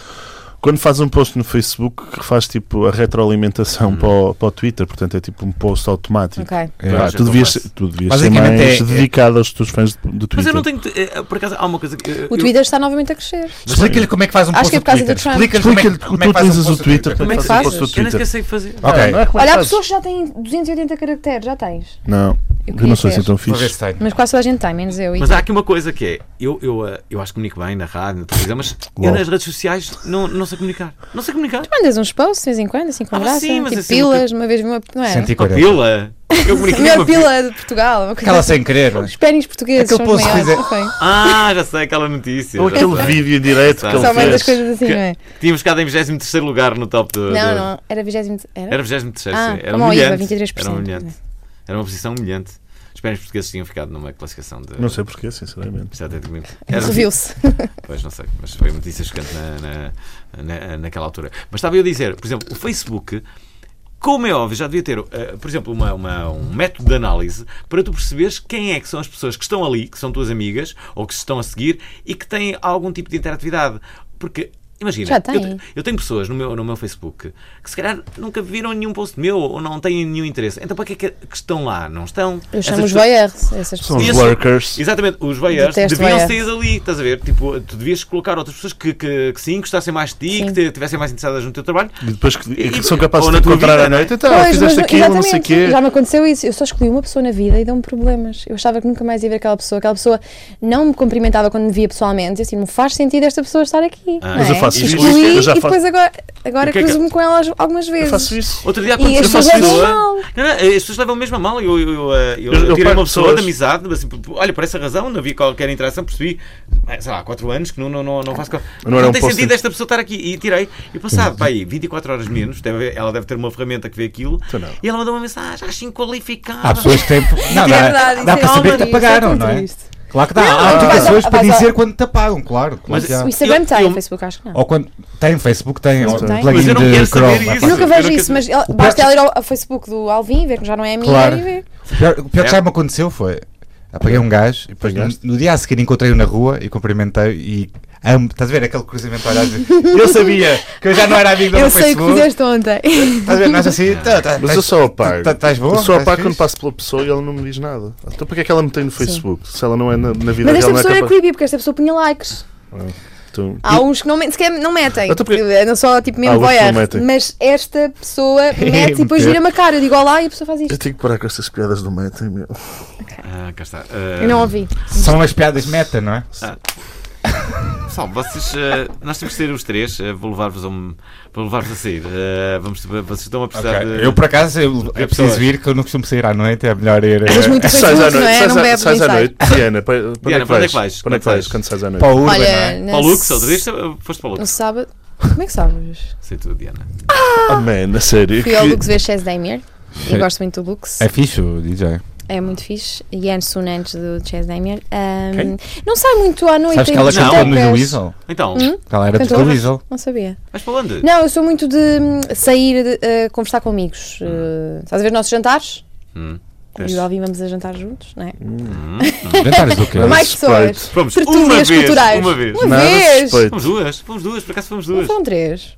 S4: Quando faz um post no Facebook, que faz tipo a retroalimentação para, o, para o Twitter, portanto é tipo um post automático.
S7: Ok.
S2: Hum. É.
S4: Ah,
S1: Pois,
S4: tu
S1: eu
S4: devias,
S1: confesso.
S4: tu devias ser
S2: Basicamente
S4: mais
S2: é-
S4: dedicado aos teus fãs do, do Twitter.
S1: Mas eu não tenho. eh, Por acaso, há uma coisa que. eh,
S7: O
S1: eu-
S7: Twitter é está novamente a crescer.
S2: Explica-lhe como é que faz um
S7: Acho
S2: post
S7: que é por causa
S2: no Twitter.
S7: do Trump.
S2: Explica-lhe como é que
S4: Explica-lhe que tu
S2: como é que faz um
S4: utilizas o
S2: post no
S4: Twitter.
S1: Como é que
S4: faz um
S7: fazes?
S4: post no
S1: Eu nem
S4: Twitter?
S1: sequer sei fazer.
S7: Ah,
S2: Ok,
S4: Não é como
S7: Olha, há
S4: fazes.
S7: pessoas que já têm 280 caracteres, já tens.
S4: Não,
S7: Eu
S4: eu
S7: queria
S4: não sou assim
S7: ter.
S4: tão
S2: vou ver
S4: fixe.
S2: se tem.
S7: Mas quase toda a gente tem, menos eu. E
S1: Mas
S4: Então-
S1: há
S7: tu.
S1: aqui uma coisa que é, eu, eu, eh, eu acho que comunico bem na rádio, na televisão, mas eu
S4: Uau.
S1: nas redes sociais não, não sei comunicar. Não sei comunicar.
S7: Mandas uns posts de vez em quando, assim com
S1: Ah,
S7: graça,
S1: sim, mas
S7: tipo
S1: assim,
S7: pilas, uma vez uma, não é?
S2: Senti
S4: Então,
S1: Uma
S2: 40.
S1: pila. Eu
S7: A
S1: comuniquei
S7: melhor
S1: uma pila.
S7: pila de Portugal, uma coisa
S2: Aquela
S7: assim.
S2: sem querer.
S7: Os pênis portugueses
S2: Aquele
S7: são os
S2: post que
S7: maiores. ok.
S1: Ah, já sei aquela notícia.
S4: Ou
S1: já
S4: aquele
S1: sei.
S4: vídeo em direto que
S1: Só
S7: Só
S4: ele fez.
S7: mandas coisas assim, não é?
S1: Tínhamos ficado em 23 lugar no top do.
S7: Não,
S1: do-
S7: não, era 20. Era?
S1: Era 23,
S7: Ah,
S1: sim. Era
S7: como ao IVA,
S1: humilhante.
S7: 23%,
S1: Era humilhante. Era uma posição humilhante. Os pés portugueses tinham ficado numa classificação de.
S4: Não sei porquê, sinceramente.
S1: Isto é até de comigo. Era-
S7: Reviu-se.
S1: Pois não sei, mas foi uma notícia chocante na, na, na- naquela altura. Mas estava eu a dizer, por exemplo, o Facebook, como é óbvio, já devia ter, eh, por exemplo, uma, uma- um método de análise para tu perceberes quem é que são as pessoas que estão ali, que são tuas amigas ou que se estão a seguir e que têm algum tipo de interatividade. Porque. Imagina,
S7: Já tem.
S1: eu, te- eu tenho pessoas no meu, no meu Facebook que se calhar nunca viram nenhum post meu ou não têm nenhum interesse. Então para que é que, que estão lá? Não estão?
S7: Eu chamo
S1: Essas
S7: os voyeurs, essas
S4: São
S7: pessoas.
S4: os
S1: Isso.
S4: workers.
S1: Exatamente, os voyeurs
S7: Detesto
S1: deviam
S7: voyeurs.
S1: sair dali, estás a ver? Tipo, tu devias colocar outras pessoas que, que, que sim, gostassem mais de ti,
S7: Sim.
S1: que te- tivessem mais interessadas no teu trabalho.
S4: E depois que, e que
S1: E-
S4: são capazes
S1: ou
S4: de
S1: na tua
S4: encontrar
S1: vida,
S4: à noite. Então,
S7: Pois, mas
S4: fizeste
S7: não-
S4: aquilo, não sei o
S7: exatamente,
S4: quê.
S7: Já me aconteceu isso. Eu só escolhi uma pessoa na vida e deu-me problemas. Eu achava que nunca mais ia ver aquela pessoa. Aquela pessoa não me cumprimentava quando me via pessoalmente. Eu assim, não faz sentido esta pessoa estar aqui.
S1: Ah,
S7: não
S1: mas
S7: é?
S4: eu faço isso.
S7: Excluí
S4: Eu já
S7: e depois
S4: faço-
S7: agora, agora
S1: O que é que-
S7: cruzo-me com elas algumas vezes.
S4: Eu faço isso.
S1: Outro dia
S7: E
S1: aconteceu
S7: as
S1: uma
S7: pessoas
S4: faço
S7: levam
S4: isso.
S7: mal.
S1: Não, não, as pessoas levam mesmo a mal. Eu, eu, eu, eh, eu,
S4: Eu- eu
S1: tirei
S4: paro
S1: uma pessoa
S4: pessoas.
S1: de amizade, assim, por- por- olha, por essa razão, não havia qualquer interação, percebi, eh, sei lá, há 4 anos que não, não, não, não faço. co-
S4: Não era um
S1: tem
S4: post-
S1: sentido esta pessoa estar aqui. E tirei, e passado, pá, aí, 24 horas menos, deve- ela deve ter uma ferramenta que vê aquilo,
S4: Tu Então não.
S1: e ela mandou uma mensagem, "Ah, acho inqualificada.
S2: Há pessoas que têm. Não,
S7: É verdade,
S2: dá, dá
S7: isso é
S2: para saber que
S7: triste,
S2: te apagaram,
S7: isso é
S2: não é?
S7: triste.
S2: Claro que dá.
S7: não,
S2: Há
S7: tu vais
S2: aplicações
S7: ao-
S2: para
S7: vais ao-
S2: dizer quando te apagam, claro. claro
S1: Mas-
S2: que há.
S7: O Instagram
S1: Eu-
S7: tem,
S1: eu-
S7: o Facebook acho que não.
S2: Ou quando tem Facebook, tem ou
S7: tem.
S1: Mas
S2: plugin
S1: eu não quero
S2: de
S1: saber
S2: Chrome.
S1: isso.
S2: é
S7: Eu
S2: fácil.
S7: nunca
S1: Eu
S7: vejo
S1: nunca-
S7: isso, mas ela-
S2: O
S7: basta
S2: Pedro-
S7: ela ir ao, ao Facebook do Alvin e ver que já não é minha
S2: Claro.
S7: e ver.
S2: O pior, o pior que
S1: É.
S2: já me aconteceu foi. Apaguei um gajo e depois no,
S4: Apanhaste?
S2: no dia a seguir encontrei-o na rua e cumprimentei e amo, estás a ver aquele cruzamento de olhares? Eu sabia que eu já não era amigo do
S7: Eu
S2: meu
S7: sei o que
S2: Facebook.
S7: fizeste ontem.
S2: Estás a ver? Nós assim. tá, tá,
S4: Mas
S2: tás-
S4: eu só apago.
S2: tá- Estás bom?
S4: eu só
S2: Tás
S4: apago quando
S2: fixe?
S4: passo pela pessoa e ela não me diz nada. Então porquê é que ela me tem no Facebook? Se ela não é na, na vida
S7: Mas esta
S4: real, não é
S7: pessoa era
S4: capaz.
S7: creepy porque esta pessoa punha likes.
S4: Então,
S7: Há uns que não, me- sequer não metem.
S4: Até porque-
S7: Não só tipo mesmo
S4: Há uns que não
S7: voyeur.
S4: metem. É
S7: Mas esta pessoa mete e depois
S2: Meter.
S7: vira uma cara. Eu digo olá e a pessoa faz
S4: Eu
S7: isto.
S4: tenho que parar com estas piadas do meta, meu.
S1: Ah, cá está.
S4: É.
S7: Eu não ouvi.
S2: São as piadas meta, não é?
S1: Pessoal, vocês, eh, nós temos que sair os três. eh, vou levar-vos a, um- vou levar-vos a sair. Eh, vamos, vocês estão a precisar
S2: Ok.
S1: de.
S2: Eu, por acaso, eu, é preciso
S1: pessoas.
S2: ir, que eu não costumo sair à noite, é melhor ir eh,
S7: És muito
S4: Sais à noite,
S7: coitudo, não é?
S4: sais
S7: Não
S4: à-
S7: bebes
S4: sais
S7: nem
S4: à
S7: sais.
S4: noite. Diana, para para onde é
S1: Diana,
S4: que vais? Para onde é que vais
S1: vais?
S4: quando sais à noite?
S2: para a urba,
S7: Olha,
S2: não é?
S7: na
S1: Para o Lux,
S7: s-
S1: outra vez eh, foste para o
S7: No
S1: Lux.
S7: sábado. Como é que sabes?
S1: Sei tudo, Diana.
S4: Oh, man, a sério.
S7: Fui ao
S4: que-
S7: Lux ver Chaz Damir. E gosto muito do Lux.
S2: É fixe o DJ.
S7: É muito fixe. E Anson antes do Chaz Damir. Ahm, não sai muito à noite.
S2: Sabes
S7: em
S2: que ela
S1: Não.
S2: cantou no The
S7: discotecas.
S2: Weasel?
S1: Então,
S7: Hum?
S2: Que Ela era do The
S7: Cantou?
S2: Weasel.
S7: Não sabia.
S1: vais para onde?
S7: Não, eu sou muito de hum, sair de, eh, conversar com amigos. Eh, estás a ver nossos jantares?
S1: Hum.
S7: Eu E o Alvin vamos a jantar juntos, não é?
S2: Jantares do quê?
S7: Mais pessoas.
S4: Respeito.
S1: Vamos uma
S7: Tertúlias
S1: vez.
S7: culturais.
S1: Uma vez.
S7: Uma
S4: Nada de
S7: vez.
S4: respeito.
S1: Fomos duas, fomos duas, por acaso fomos
S7: Não
S1: duas.
S7: foram três.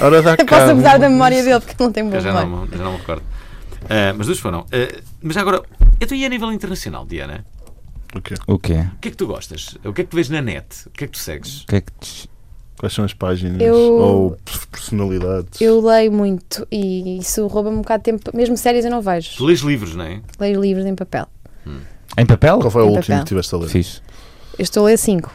S4: Ora dá cá.
S7: Posso abusar da memória dele porque ele não é? tem boa
S1: Eu já
S7: memória.
S1: não, me- já não me recordo. Ah, mas duas foram. Ah, mas já agora, então e a nível internacional, Diana?
S2: O quê?
S1: O que é que tu gostas? O que é que tu vês na net? O que é que tu segues?
S2: O que é que te-
S4: Quais são as páginas?
S7: Eu-
S4: Ou personalidades?
S7: Eu leio muito e isso rouba-me um bocado de tempo. Mesmo séries eu não vejo.
S1: Tu lês livros, não é?
S7: Leio livros em papel.
S2: Em papel?
S4: Qual foi o
S7: Em
S4: último
S7: papel.
S4: que tiveste a ler?
S2: Fixe.
S7: Eu estou a ler cinco.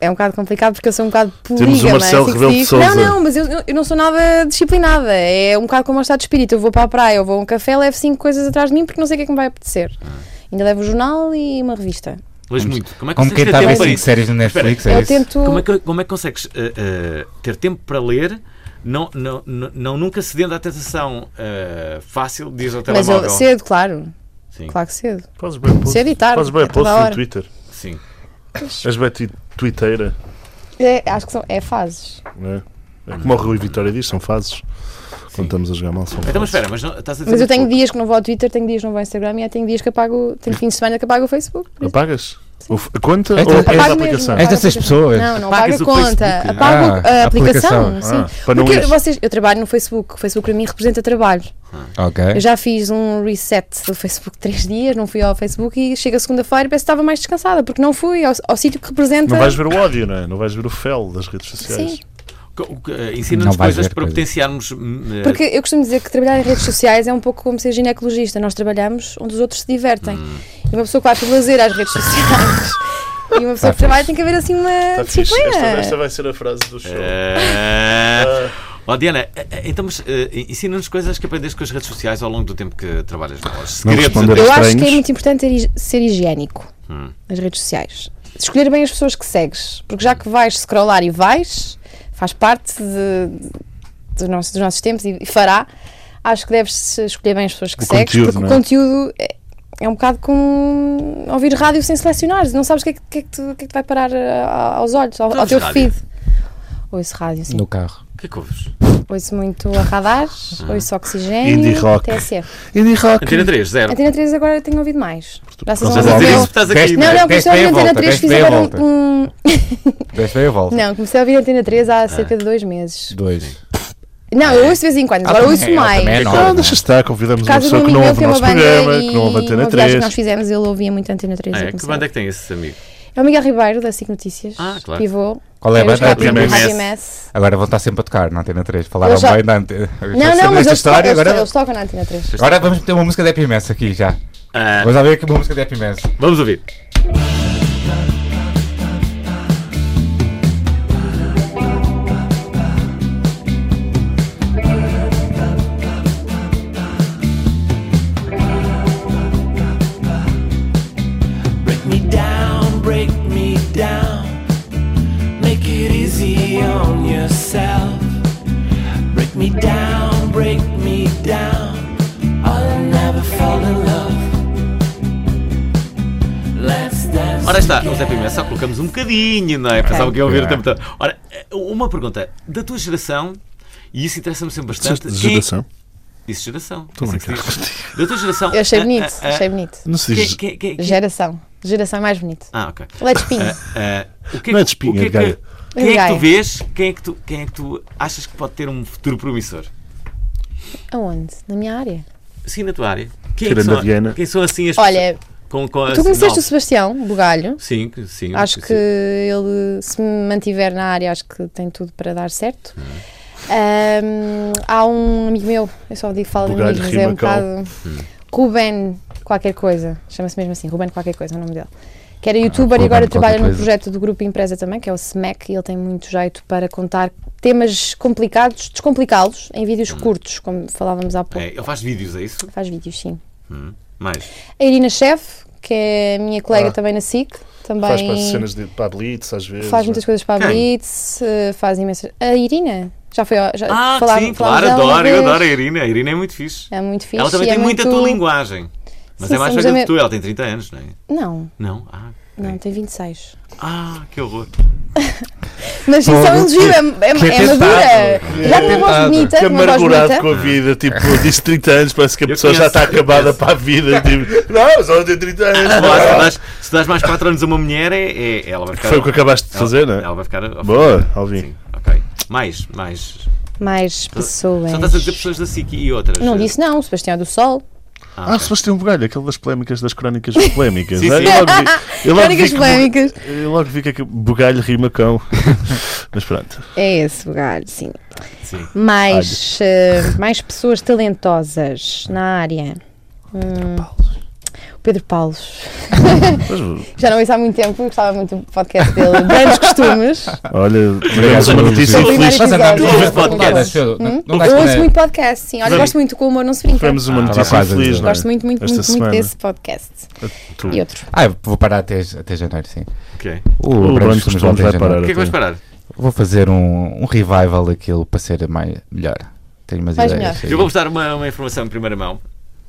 S7: É um bocado complicado porque eu sou um bocado polígama.
S4: Temos o Marcelo
S7: é assim que se
S4: Rebelo de
S7: diz.
S4: Sousa.
S7: Não, não, mas eu, eu não sou nada disciplinada. É um bocado como o estado de espírito. Eu vou para a praia, eu vou a um café, levo cinco coisas atrás de mim porque não sei o que é que me vai apetecer.
S4: Ah.
S7: Ainda levo o jornal e uma revista.
S1: Lês muito. Como é que
S2: Como quem tá
S1: consegues
S2: está a
S1: ter tempo para isso?
S2: ver 5 séries no Netflix, é
S7: eu
S2: isso?
S7: tento.
S1: Como é que, como é que consegues ah, ah, ter tempo para ler, não, não, não, não nunca cedendo à tentação ah, fácil, diz ao
S7: Mas
S1: telemóvel?
S7: eu, cedo, claro.
S1: Sim,
S7: Claro que cedo.
S4: Fazes bem post.
S7: Se editar,
S4: Fazes bem
S7: é
S4: post
S7: toda
S4: no
S7: hora.
S4: Twitter.
S1: sim.
S4: És bem twi- twitteira.
S7: É, acho que são. É fases.
S4: não É? É como o Rui Vitória diz, são fases. Quando estamos a jogar mal, são
S1: Então, mas
S4: fases.
S1: espera, mas não, estás a dizer
S7: Mas eu
S4: é
S1: muito
S7: tenho
S1: pouco.
S7: dias que não vou ao Twitter, tenho dias que não vou ao Instagram e há- tenho dias que apago. Tenho fins de semana que apago o Facebook. por exemplo.
S4: Apagas? O f- A conta
S2: Então,
S4: ou
S2: apago
S4: apagas a É
S7: mesmo.
S4: aplicação?
S7: Apago a
S2: Estas
S7: aplicação.
S2: pessoas.
S7: Não, não
S1: Apagas
S7: apago a
S1: o
S7: conta.
S1: Facebook.
S7: Apago
S2: Ah,
S7: a aplicação.
S2: aplicação.
S7: Sim.
S4: Para não
S7: Porque
S4: ires.
S7: vocês, eu trabalho no Facebook, o Facebook para mim representa trabalho.
S2: Ok.
S4: É.
S7: Eu já fiz um reset do Facebook três dias, não fui ao Facebook e chego a segunda-feira e parece que estava mais descansada, porque não fui ao, ao sítio que representa.
S4: Não vais ver o ódio, não é? Não vais ver o fel das redes sociais.
S7: Sim,
S1: Co- co- ah, Ensina-nos
S2: Não vais
S1: coisas
S2: ver
S1: para
S2: coisas.
S1: potenciarmos. hum,
S4: É.
S1: ah,
S7: porque eu costumo dizer que trabalhar em redes sociais é um pouco como ser ginecologista, nós trabalhamos onde os outros se divertem.
S4: Hum.
S7: E uma pessoa que vai por lazer às redes sociais e uma pessoa que trabalha tem que haver assim uma
S4: Ah, Está fixe.
S7: disciplina.
S4: Esta, esta vai ser a frase do show.
S1: É. Ah. Ó Diana, eh, eh, então mas eh, ensina-nos coisas que aprendeste com as redes sociais ao longo do tempo que trabalhas nelas.
S4: Não
S1: Segredos,
S4: responder
S1: até.
S7: Eu acho que é
S4: estranhos. Hum.
S7: muito importante ter hi- ser higiênico nas redes sociais. Escolher bem as pessoas que segues, porque já que vais scrollar e vais, faz parte de- do nosso- dos nossos tempos e, e fará, acho que deves escolher bem as pessoas que
S4: O
S7: segues,
S4: conteúdo,
S7: porque
S4: não
S7: o
S4: é?
S7: conteúdo é, é um bocado como ouvir rádio sem selecionares, não sabes o que é que, o que é que tu- o que é que te vai parar ah, aos olhos, ao,
S1: Tu
S7: ao teu
S1: ouves rádio?
S7: feed. Ouço rádio, sim.
S2: No carro.
S1: O que é que ouves?
S7: Ouço muito a radar, ouço
S4: Indie
S7: oxigênio,
S4: rock.
S7: TSF.
S4: Indie rock.
S1: Antena 3, zero.
S7: Antena 3 agora eu tenho ouvido mais. Já
S4: Mas
S7: sei só
S1: Estás a dizer
S7: ouvir-
S1: isso porque estás aqui.
S2: Dez-
S1: não
S7: Não,
S1: é?
S7: não,
S2: Deste
S7: comecei a
S2: bem
S7: ouvir
S2: a
S7: Antena
S2: volta,
S7: 3,
S2: deste
S7: fiz
S2: bem a
S7: agora
S2: volta.
S7: um, um-
S2: Deste bem a volta.
S7: Não, comecei a ouvir Antena 3 há cerca de dois meses.
S2: Dois.
S7: Não, eu ouço de vez em quando, agora
S2: também-
S7: ouço
S2: Ah, ela
S7: mais.
S2: também é
S7: Por
S2: nova.
S4: Não, Ah, deixa estar. Convidamos uma
S7: causa de um
S4: pessoa que
S7: amigo
S4: não
S7: meu
S4: ouve o
S7: que é uma
S4: nosso programa,
S7: banda e
S4: que não ouve a Antena
S7: uma viagem que
S4: 3.
S7: nós fizemos, ele ouvia muito Antena 3. eu
S1: É, que
S7: comecei
S1: banda
S7: a-
S1: é que tem esse amigo?
S7: É o Miguel Ribeiro, da SIC Notícias.
S1: Ah, claro.
S7: Pivô.
S2: Qual é a
S7: Era os
S2: banda?
S7: capos do
S1: Antena
S7: Rádio
S1: MS.
S7: MS.
S2: Agora vão estar sempre a tocar na Antena 3. Falaram
S7: Eu já-
S2: bem da Antena
S7: Não, não, mas
S2: esta
S7: eles,
S2: história.
S7: eles,
S2: Agora,
S7: eles tocam na Antena 3.
S2: agora vamos meter uma música da Epimense aqui já.
S1: Ah,
S2: Vamos lá ver aqui uma música da Epimense.
S1: vamos ouvir.
S9: Break me down, break me down. Make it easy on yourself. Break me down, break me down. I'll never fall in love. Let's dance.
S1: Ora está, o Zé Pimenta, só colocamos um bocadinho, não é? Pensava que ia ouvir o tempo todo. Ora, eh, uma pergunta. Da tua geração, e isso interessa-me sempre bastante.
S4: Disseste
S1: quem-
S4: geração?
S1: Disse geração.
S4: Estou
S1: Assim
S4: a
S1: que se
S4: brincar.
S1: diz. Da tua geração.
S7: Eu achei
S1: ah,
S7: bonito,
S1: ah, ah,
S7: achei bonito.
S4: Não se diz.
S1: quem- quem- quem- quem-
S7: Geração. Geração é mais bonito.
S1: Ah, ok.
S7: Let's Pin.
S1: Ah, ah, o que
S4: Não é
S1: que-
S4: de espinha,
S1: o que
S4: de galho.
S1: que- Quem é que
S7: Galho.
S1: tu vês? Quem é que tu, quem é que tu achas que pode ter um futuro promissor?
S7: Aonde? Na minha área.
S1: Sim, na tua área. Quem, é que
S4: Tirando
S1: são,
S4: a Diana.
S1: quem são assim as
S7: Olha,
S1: pessoas- com, com
S7: tu
S1: assim,
S7: conheceste
S1: não.
S7: o Sebastião Bugalho.
S1: Sim, que- sim.
S7: Acho
S1: sim.
S7: que ele se me mantiver na área, acho que tem tudo para dar certo. Ahm, há um amigo meu, eu só digo falo de
S4: Bugalho,
S7: amigos, mas é um
S4: rima, cal.
S7: bocado. Ruben, qualquer coisa, chama-se mesmo assim, Ruben, qualquer coisa, é o nome dele. que era youtuber
S2: programa
S7: e agora
S2: de
S7: trabalha
S2: qualquer
S7: num
S2: coisa.
S7: projeto do grupo Empresa também, que é o SMAC, e ele tem muito jeito para contar temas complicados, descomplicá-los em vídeos curtos, como falávamos há pouco.
S1: É, ele faz vídeos, é isso?
S7: Faz vídeos, sim.
S1: Mais.
S7: A Irina Chef, que é minha colega
S4: Ah.
S7: também na SIC, também
S4: Faz para as cenas de para a Blitz, às vezes.
S7: faz muitas coisas para a
S1: Quem?
S7: Blitz, eh, faz imensas. A Irina, já foi. ao- Já
S1: Ah,
S7: falá-
S1: sim,
S7: falámos
S1: claro,
S7: dela uma
S1: adoro, eu
S7: vez.
S1: adoro a Irina. A Irina é muito fixe.
S7: É muito fixe.
S1: ela também
S7: e
S1: tem
S7: é
S1: muito a
S7: muito-
S1: tua linguagem. Mas
S7: Sim,
S1: é mais
S7: somos
S1: velha
S7: da
S1: do
S7: me-
S1: que tu, ela tem 30 anos, não é?
S7: Não,
S1: Não? Ah,
S7: não, tem 26.
S1: ah que horror.
S7: Mas isso é um elogio, é, é,
S2: que
S7: é madura.
S2: atentado.
S7: Já tem uma voz
S2: Atentado.
S7: bonita,
S4: Que
S7: tem uma voz
S4: amargurado
S7: bonita.
S4: com a vida, tipo, diz 30 anos, parece que a
S1: Eu
S4: pessoa já
S1: conheço.
S4: está acabada para a vida. Tipo, não, só tem 30 anos.
S1: Claro, se, dás, se dás mais 4 anos a uma mulher, é, é- um- ela vai ficar.
S4: Foi o que acabaste de
S1: ela-
S4: fazer, não é?
S1: Ela vai ficar. ofendida.
S4: Boa, Alvin.
S1: Sim, ok. Mais, mais.
S7: Mais pessoas.
S1: Só estás a dizer pessoas da SIC e outras.
S7: Não disse não, Sebastião é do Sol.
S4: Ah, Sebastião Bugalho, aquele das polémicas, das crónicas polémicas.
S1: Sim,
S4: Ah,
S1: sim.
S4: Eu logo vi, eu logo vi
S7: Crónicas
S4: que-
S7: polémicas.
S4: eu logo vi que é que Bugalho rima cão. Mas pronto.
S7: É esse lugar, sim.
S1: Sim.
S7: Mais, eh, mais pessoas talentosas na área. Hum, o Pedro Paulos.
S4: Mas,
S7: Já não ouço há muito tempo, eu gostava muito do podcast dele. Grandes costumes.
S4: Ah. olha, tivemos uma notícia
S7: Sim.
S4: infeliz.
S7: Mas andamos-
S1: Tu ouves podcast?
S7: Hum? Eu ouço muito podcast, sim. Olha, eu gosto muito com o humor, não se brinca.
S4: Tivemos uma
S2: Ah,
S4: notícia
S2: rapaz,
S4: infeliz, não é?
S7: Gosto muito, muito,
S4: Esta
S7: muito, muito
S4: semana.
S7: desse podcast.
S4: Tu.
S7: E outro.
S2: Ah, eu vou parar até, até janeiro, sim.
S1: Ok.
S4: O Bruno
S2: Branco
S4: Costumes vai parar.
S1: O que é que vais parar?
S2: Vou fazer um, um revival daquilo para ser mais, melhor. Tenho umas
S7: Mais
S2: ideias.
S7: melhor.
S2: aí.
S1: Eu vou-vos dar uma, uma informação em primeira mão.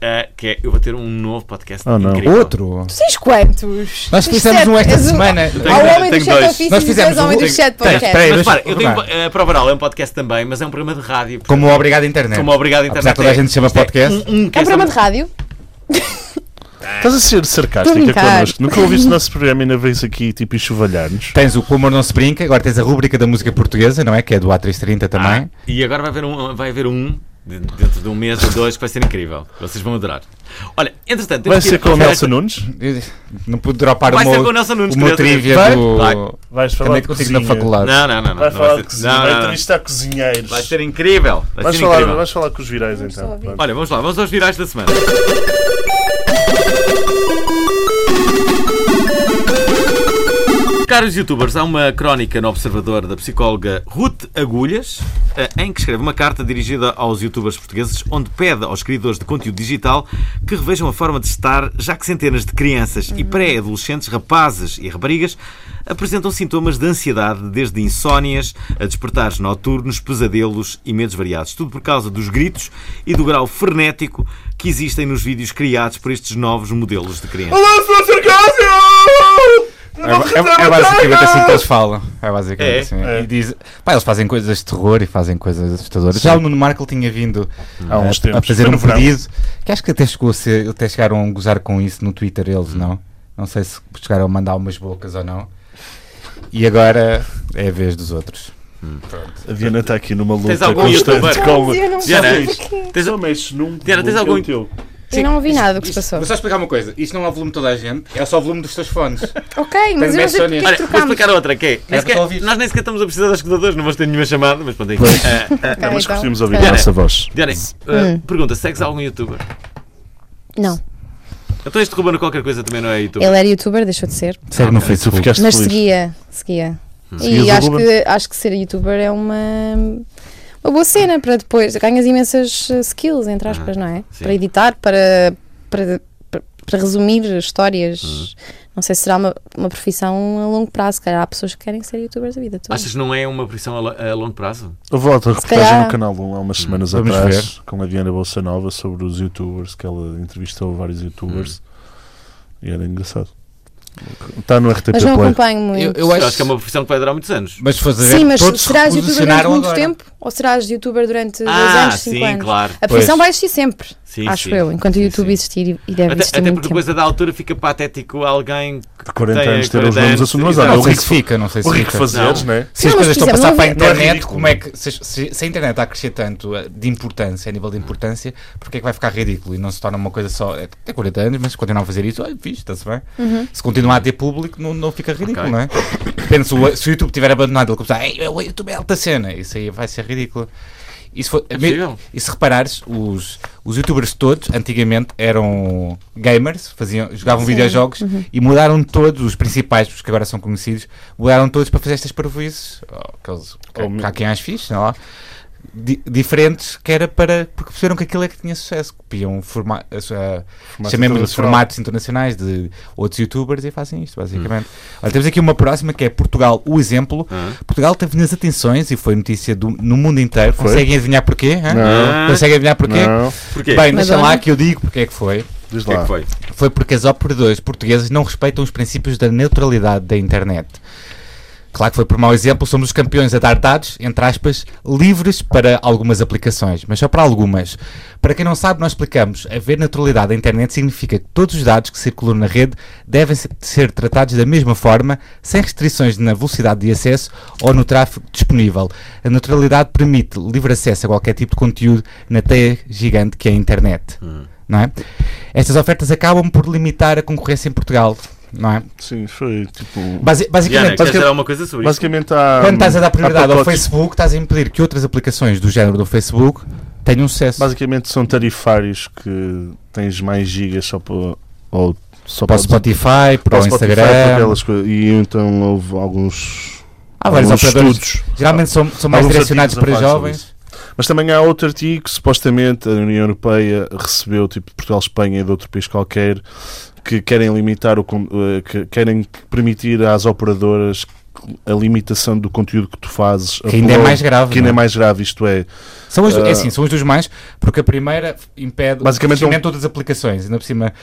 S1: ah, que é, eu vou ter um novo podcast
S4: Oh, não.
S1: incrível.
S2: Outro?
S7: Tens quantos?
S2: Nós
S7: Tens
S2: fizemos
S7: sete.
S2: um esta
S7: És
S2: semana.
S1: Tenho
S7: Ao
S1: dois,
S7: homem do
S1: tenho
S7: chat
S1: dois.
S7: ofício,
S2: Nós fizemos
S7: fizemos ao homem
S2: um-
S7: do chat
S2: Tenho-
S7: podcast.
S2: espera aí.
S1: Mas
S2: deixa-
S1: repara, eu tenho
S2: repara.
S1: eh, Prova Oral é um podcast também, mas é um programa de rádio. portanto,
S2: Como o Obrigado Internet.
S1: como obrigado à
S2: É. Apesar
S1: internet. é-
S2: que toda a gente se chama
S1: isto
S2: podcast.
S1: um- um que
S7: É um
S1: só-
S7: programa de rádio?
S4: Estás a ser
S7: Estou a
S4: sarcástica
S7: brincar.
S4: connosco. Nunca ouviste o nosso programa e ainda vens aqui tipo e chuvalhar-nos.
S2: Tens o Com o Amor Não Se Brinca, agora tens a rúbrica da música portuguesa, não é? Que é do A330 também.
S1: Ah, e agora vai haver um, vai haver um de- dentro de um mês ou dois que vai ser incrível. Vocês vão adorar. Olha, entretanto,
S4: Vai
S1: temos que
S4: ser
S1: ir-
S4: com o
S1: vamos
S4: Nelson
S1: tirar
S4: Nunes?
S2: Eu Não pude dropar
S1: Vai
S2: o
S1: ser
S2: meu,
S1: com o Nelson Nunes,
S2: o meu
S1: queria saber.
S2: trivia
S4: Vai?
S2: do...
S1: Vai.
S4: Vais falar
S2: Andei
S4: de
S2: contigo
S4: cozinha.
S2: na faculdade.
S1: esta- Não, não, não. não,
S4: Vai
S1: não
S4: falar
S1: vai
S4: de
S1: ser-
S4: cozinha,
S1: não,
S4: vai
S1: não, não.
S4: entrevistar cozinheiros.
S1: Vai ser incrível. Vai
S4: Vais
S1: ser
S4: falar,
S1: incrível.
S4: vais falar com os virais então. Pronto.
S1: Olha, vamos lá, vamos aos virais da semana. Caros youtubers, há uma crónica no Observador da psicóloga Ruth Agulhas, eh, em que escreve uma carta dirigida aos youtubers portugueses, onde pede aos criadores de conteúdo digital que revejam a forma de estar, já que centenas de crianças e pré-adolescentes, rapazes e raparigas, apresentam sintomas de ansiedade, desde insónias a despertares noturnos, pesadelos e medos variados. Tudo por causa dos gritos e do grau frenético que existem nos vídeos criados por estes novos modelos de crianças.
S3: Olá, sou Sarcásio!
S2: É, é- é basicamente assim que eles falam. É basicamente
S1: É,
S2: assim. E diz, pá, eles fazem coisas de terror e fazem coisas assustadoras. Já o Nuno Markle tinha vindo
S1: Hum.
S4: Há uns
S2: a, a
S4: tempos.
S2: fazer
S4: Foi
S2: um
S4: no verão.
S2: pedido que acho que até, chegou a ser, até chegaram a gozar com isso no Twitter,
S1: Hum.
S2: eles não. Não sei se chegaram a mandar umas bocas ou não. E agora é a vez dos outros.
S4: A Diana está aqui numa luta
S1: Tens algum
S4: constante
S1: youtuber?
S4: com.
S7: Eu não
S1: Diana,
S7: sei
S1: tens-
S7: porquê.
S1: tens-
S4: Só mexes num.
S1: Diana, tens
S4: que é
S1: algum-
S4: o teu.
S7: Eu não ouvi nada do que se passou.
S2: Vou só explicar uma coisa: isto não é o volume de toda a gente, é só o volume dos teus fones.
S7: Ok, mas eu
S2: Sony.
S7: não sei porque é
S1: Olha,
S7: que
S1: vou
S7: trocámos.
S1: explicar outra, que é. nem
S2: para
S1: sequer-
S2: tu ouvires.
S1: nós nem sequer estamos a precisar dos escutadores, não vamos ter nenhuma chamada, mas pronto, aí. Ah, ah,
S7: Ok,
S4: Mas
S7: então.
S4: curtimos ouvir a
S1: Diana.
S4: nossa voz.
S1: Diana,
S7: Hum.
S1: ah, pergunta: segues algum youtuber?
S7: Não,
S1: Então este Ruben qualquer coisa também não é youtuber.
S7: ele era youtuber, deixou de ser.
S2: Segue no
S4: Tu
S2: Facebook.
S4: ficaste
S7: Mas
S4: feliz.
S7: seguia, seguia.
S1: Hum.
S4: Seguias
S7: E
S4: o
S7: acho
S4: Ruben?
S7: que, acho que ser youtuber é uma, uma boa cena para depois. Ganhas imensas eh, skills, entre aspas, não é?
S1: Uhum. sim.
S7: Para editar, para, para, para, para resumir
S1: Uhum.
S7: histórias. Não sei se será uma, uma profissão a longo prazo. Se calhar há pessoas que querem ser youtubers a vida toda.
S1: Achas que não é uma profissão a, lo- a longo prazo?
S4: Houve outra reportagem
S7: calhar-
S4: no canal 1 há umas semanas
S2: Vamos
S4: atrás com a Diana Bolsa Nova sobre os youtubers, que ela entrevistou vários youtubers e era engraçado. Está no RTP
S1: é
S7: Mas não
S4: Play.
S7: acompanho muito.
S1: Eu acho que é uma profissão que vai durar muitos anos.
S2: Mas se fores a ver,
S7: Sim, mas
S2: todos
S7: serás youtuber durante
S2: revolucionaram
S7: muito
S2: agora.
S7: tempo? Ou serás youtuber durante dois
S1: Ah,
S7: anos, cinco
S1: sim,
S7: anos?
S1: claro.
S7: A profissão
S2: Pois.
S7: vai existir sempre,
S1: Sim,
S7: acho
S1: sim.
S7: eu, enquanto é o
S1: Sim,
S7: YouTube
S1: sim.
S7: existir e deve
S1: Até,
S7: existir
S1: até
S7: muito
S1: porque
S7: tempo.
S1: coisa da altura fica patético alguém que
S4: De 40
S1: tem
S4: anos ter os
S1: 40
S4: nomes
S1: anos,
S4: assumidos, mas
S1: exato.
S4: olha,
S2: Não
S4: o
S2: sei
S4: rico-
S2: se fica, não sei se
S4: O rico
S2: fica.
S4: fazeres,
S1: Não.
S4: não é?
S2: Se as
S7: Não, mas,
S2: coisas estão
S7: por
S2: a passar
S7: exemplo,
S2: para a
S7: não
S4: é- não
S2: internet,
S4: é ridículo.
S2: como é que se, se- se a internet está a crescer tanto eh, de importância, a nível de importância, porque é que vai ficar ridículo e não se torna uma coisa só. É, tem 40 anos, mas se continuar a fazer isso, olha, fixe, está-se bem.
S7: Uhum.
S2: Se continuar a ter público, não, não fica ridículo,
S1: Ok.
S2: não é? Depende se o, se o YouTube tiver abandonado, ele começar, Ei, o YouTube é alta cena, isso aí vai ser ridículo. E se, for,
S1: É possível.
S2: e se reparares, os, os youtubers todos, antigamente, eram gamers, faziam, jogavam videojogos
S7: Uhum.
S2: e mudaram todos, os principais, os que agora são conhecidos, mudaram todos para fazer estas parvoices, ou aqueles,
S4: Ou
S2: que,
S4: mi-
S2: há quem as fixe, não é? Di- diferentes, que era para. porque perceberam que aquilo é que eh, tinha sucesso, copiam forma, a sua- chamemos de
S4: internacional.
S2: formatos internacionais de outros youtubers e fazem isto, basicamente.
S4: Hum.
S2: Olha, temos aqui uma próxima que é Portugal, o exemplo. Portugal teve nas atenções e foi notícia do- no mundo inteiro.
S4: Foi?
S2: Conseguem adivinhar porquê? hã?
S4: Não.
S2: Conseguem adivinhar porquê?
S4: Não,
S1: Ah, Porquê?
S2: Ah, é Bem, deixa
S7: Madonna?
S2: lá que eu digo porque é que foi.
S4: diz
S1: o que é
S4: lá.
S1: que foi?
S2: Foi porque as operadores portuguesas não respeitam os princípios da neutralidade da internet. Claro que foi por mau exemplo, somos os campeões a dar dados, entre aspas, livres para algumas aplicações, mas só para algumas. Para quem não sabe, nós explicamos, haver neutralidade da internet significa que todos os dados que circulam na rede devem se- ser tratados da mesma forma, sem restrições na velocidade de acesso ou no tráfego disponível. A neutralidade permite livre acesso a qualquer tipo de conteúdo na teia gigante que é a internet. Não é? Estas ofertas acabam por limitar a concorrência em Portugal. Não é?
S4: Sim, foi tipo.
S2: Basi-
S1: Diana,
S2: basicamente,
S1: queres dizer alguma coisa sobre isso?
S4: Basicamente há.
S2: quando estás a dar prioridade
S4: há
S2: ao
S4: pacotes-
S2: Facebook, estás a impedir que outras aplicações do género do Facebook tenham sucesso.
S4: Basicamente são tarifários que tens mais gigas só para. Ou só
S2: Para o
S4: podes-
S2: Spotify, para o
S4: Spotify, para
S2: Instagram.
S4: aquelas coisas. E então houve alguns.
S2: Há Ah, vários
S4: alguns
S2: operadores.
S4: estudos.
S2: Geralmente são, são mais
S4: Alguns
S2: direcionados para
S4: artigos a falar sobre
S2: jovens.
S4: Mas também há outro artigo que supostamente a União Europeia recebeu, tipo de Portugal, Espanha e de outro país qualquer, que querem limitar o. con- eh, que querem permitir às operadoras a limitação do conteúdo que tu fazes.
S2: Que ainda é
S4: upload,
S2: mais grave,
S4: Que ainda é
S2: não é?
S4: mais grave, isto é.
S2: São os, é
S4: Ah.
S2: assim, são os dos mais, porque a primeira impede
S4: Basicamente
S2: o crescimento de outras aplicações. Ainda por cima,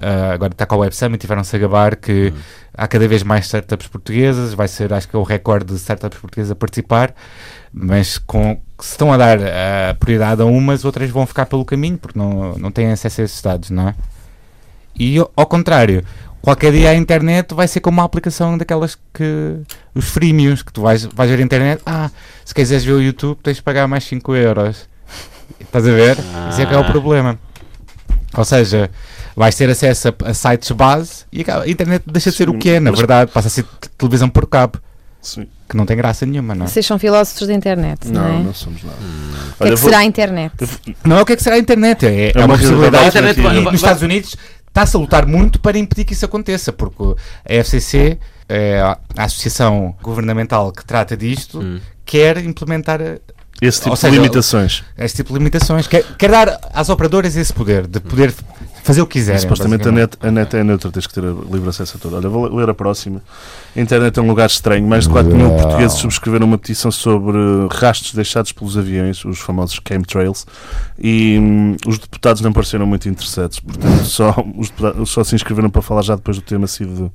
S2: ah, agora está com a Web Summit, tiveram-se a gabar que há cada vez mais startups portuguesas, vai ser, acho que é o recorde de startups portuguesas a participar, mas com, que se estão a dar ah, prioridade a umas, outras vão ficar pelo caminho, porque não, não têm acesso a esses dados, não é? E ao ao contrário, qualquer dia a internet vai ser como uma aplicação daquelas que. os freemiums, que tu vais, vais ver a internet, ah, se quiseres ver o YouTube tens de pagar mais 5 euros. Estás a ver? Isso é que é o problema. Ou seja, vais ter acesso a, a sites base e acaba- a internet deixa de ser
S4: Sim,
S2: o que é, na
S4: mas-
S2: verdade, passa a ser te- televisão por cabo,
S4: Sim.
S2: que não tem graça nenhuma, não é?
S7: Vocês são filósofos da internet, não,
S4: Não,
S7: é?
S4: não somos nada.
S7: O que é que será a internet?
S2: Não é o que é que será a internet, é, é
S4: uma
S2: uma,
S4: realidade
S2: possibilidade.
S1: alternativa.
S2: e
S1: Vai- vai-
S2: nos Estados Unidos está-se a lutar muito para impedir que isso aconteça, porque a FCC, é a a associação governamental que trata disto, quer implementar eh,
S4: Esse tipo
S2: Ou seja,
S4: de limitações.
S2: este tipo de limitações, quer, quer dar às operadoras esse poder de poder f- fazer o que quiserem.
S4: Supostamente a
S2: basicamente.
S4: net, a net é neutra, tens que ter livre acesso a tudo. Olha, vou ler a próxima. A internet é um lugar estranho. Mais de 4 mil
S2: Uau.
S4: portugueses subscreveram uma petição sobre rastros deixados pelos aviões, os famosos chemtrails, e hum, os deputados não pareceram muito interessados. Portanto, só, os deputados só se inscreveram para falar já depois do tema sido,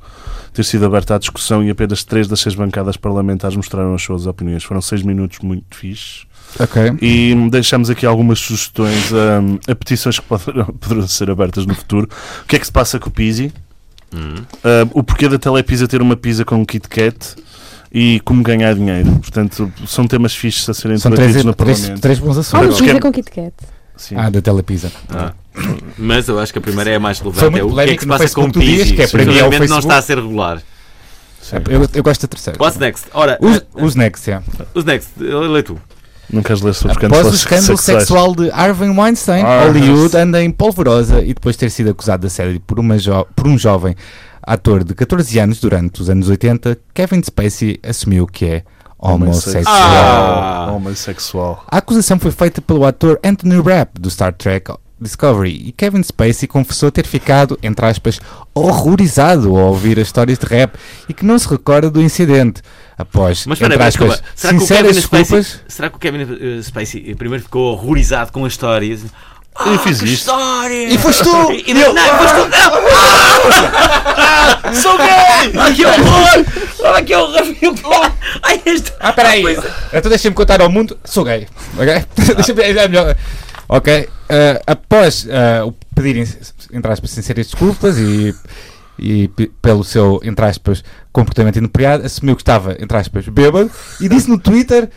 S4: ter sido aberto à discussão e apenas 3 das 6 bancadas parlamentares mostraram as suas opiniões. Foram 6 minutos muito fixes.
S2: Ok.
S4: E deixamos aqui algumas sugestões hum, a, petições que poderão, poderão ser abertas no futuro. O que é que se passa com o Pizzi? Hum, o porquê da Telepisa ter uma pizza com um Kit Kat e como ganhar dinheiro. Portanto, são temas fixos a serem
S2: São
S4: debatidos
S2: três,
S4: no
S2: três,
S4: Parlamento.
S2: três bons
S7: Ah, uma
S2: assuntos.
S4: esquema-
S7: coisa com Kit Kat.
S4: Sim.
S2: Ah, da Telepisa.
S1: Mas eu acho que a primeira é a mais relevante.
S2: Foi muito
S1: é o que é
S2: polémico
S1: que se
S2: no
S1: passa com
S2: Facebook
S1: o
S2: do dia,
S1: Pizzi?
S2: que é para mim é o
S1: Realmente não
S2: Facebook.
S1: está a ser regular.
S2: Ah, Eu, eu gosto da terceira.
S1: What's next? Ora,
S2: Os,
S1: eh,
S2: os Next, yeah.
S1: os next, eu leio tu.
S4: Não queres ler sobre
S2: Após o
S4: escândalos
S2: escândalo
S4: sexuais?
S2: sexual de Harvey Weinstein,
S4: Ah,
S2: Hollywood
S4: nossa.
S2: anda em polvorosa e depois de ter sido acusado de assédio por, uma jo- por um jovem ator de 14 anos durante os anos 80, Kevin Spacey assumiu que é homossexual.
S1: Ah!
S4: Homossexual.
S2: A acusação foi feita pelo ator Anthony Rapp do Star Trek Discovery e Kevin Spacey confessou ter ficado, entre aspas, horrorizado ao ouvir as histórias de rap e que não se recorda do incidente. Após,
S1: Mas espera
S2: entre
S1: aí,
S2: aspas,
S1: desculpa. Será que, o Kevin
S2: sinceras desculpas,
S1: Spacey, será que o Kevin eh, Spacey eh, primeiro ficou horrorizado com a história? e disse, Ah,
S4: Eu fiz
S1: que
S4: isto."
S1: história!
S2: E foste tu!
S1: E, e não, não, foste tu! Ah! Ah! Sou gay! Ai, que horror! Olha que horror! Ai, este...
S2: Ah, peraí! Então deixa-me contar ao mundo, sou gay. Ok? deixa-me é melhor. Ok? eh, após eh, o pedirem, entre aspas, sinceras desculpas e, e pe- pelo seu, entre aspas, comportamento inapropriado, assumiu que estava, entre aspas, bêbado e disse no Twitter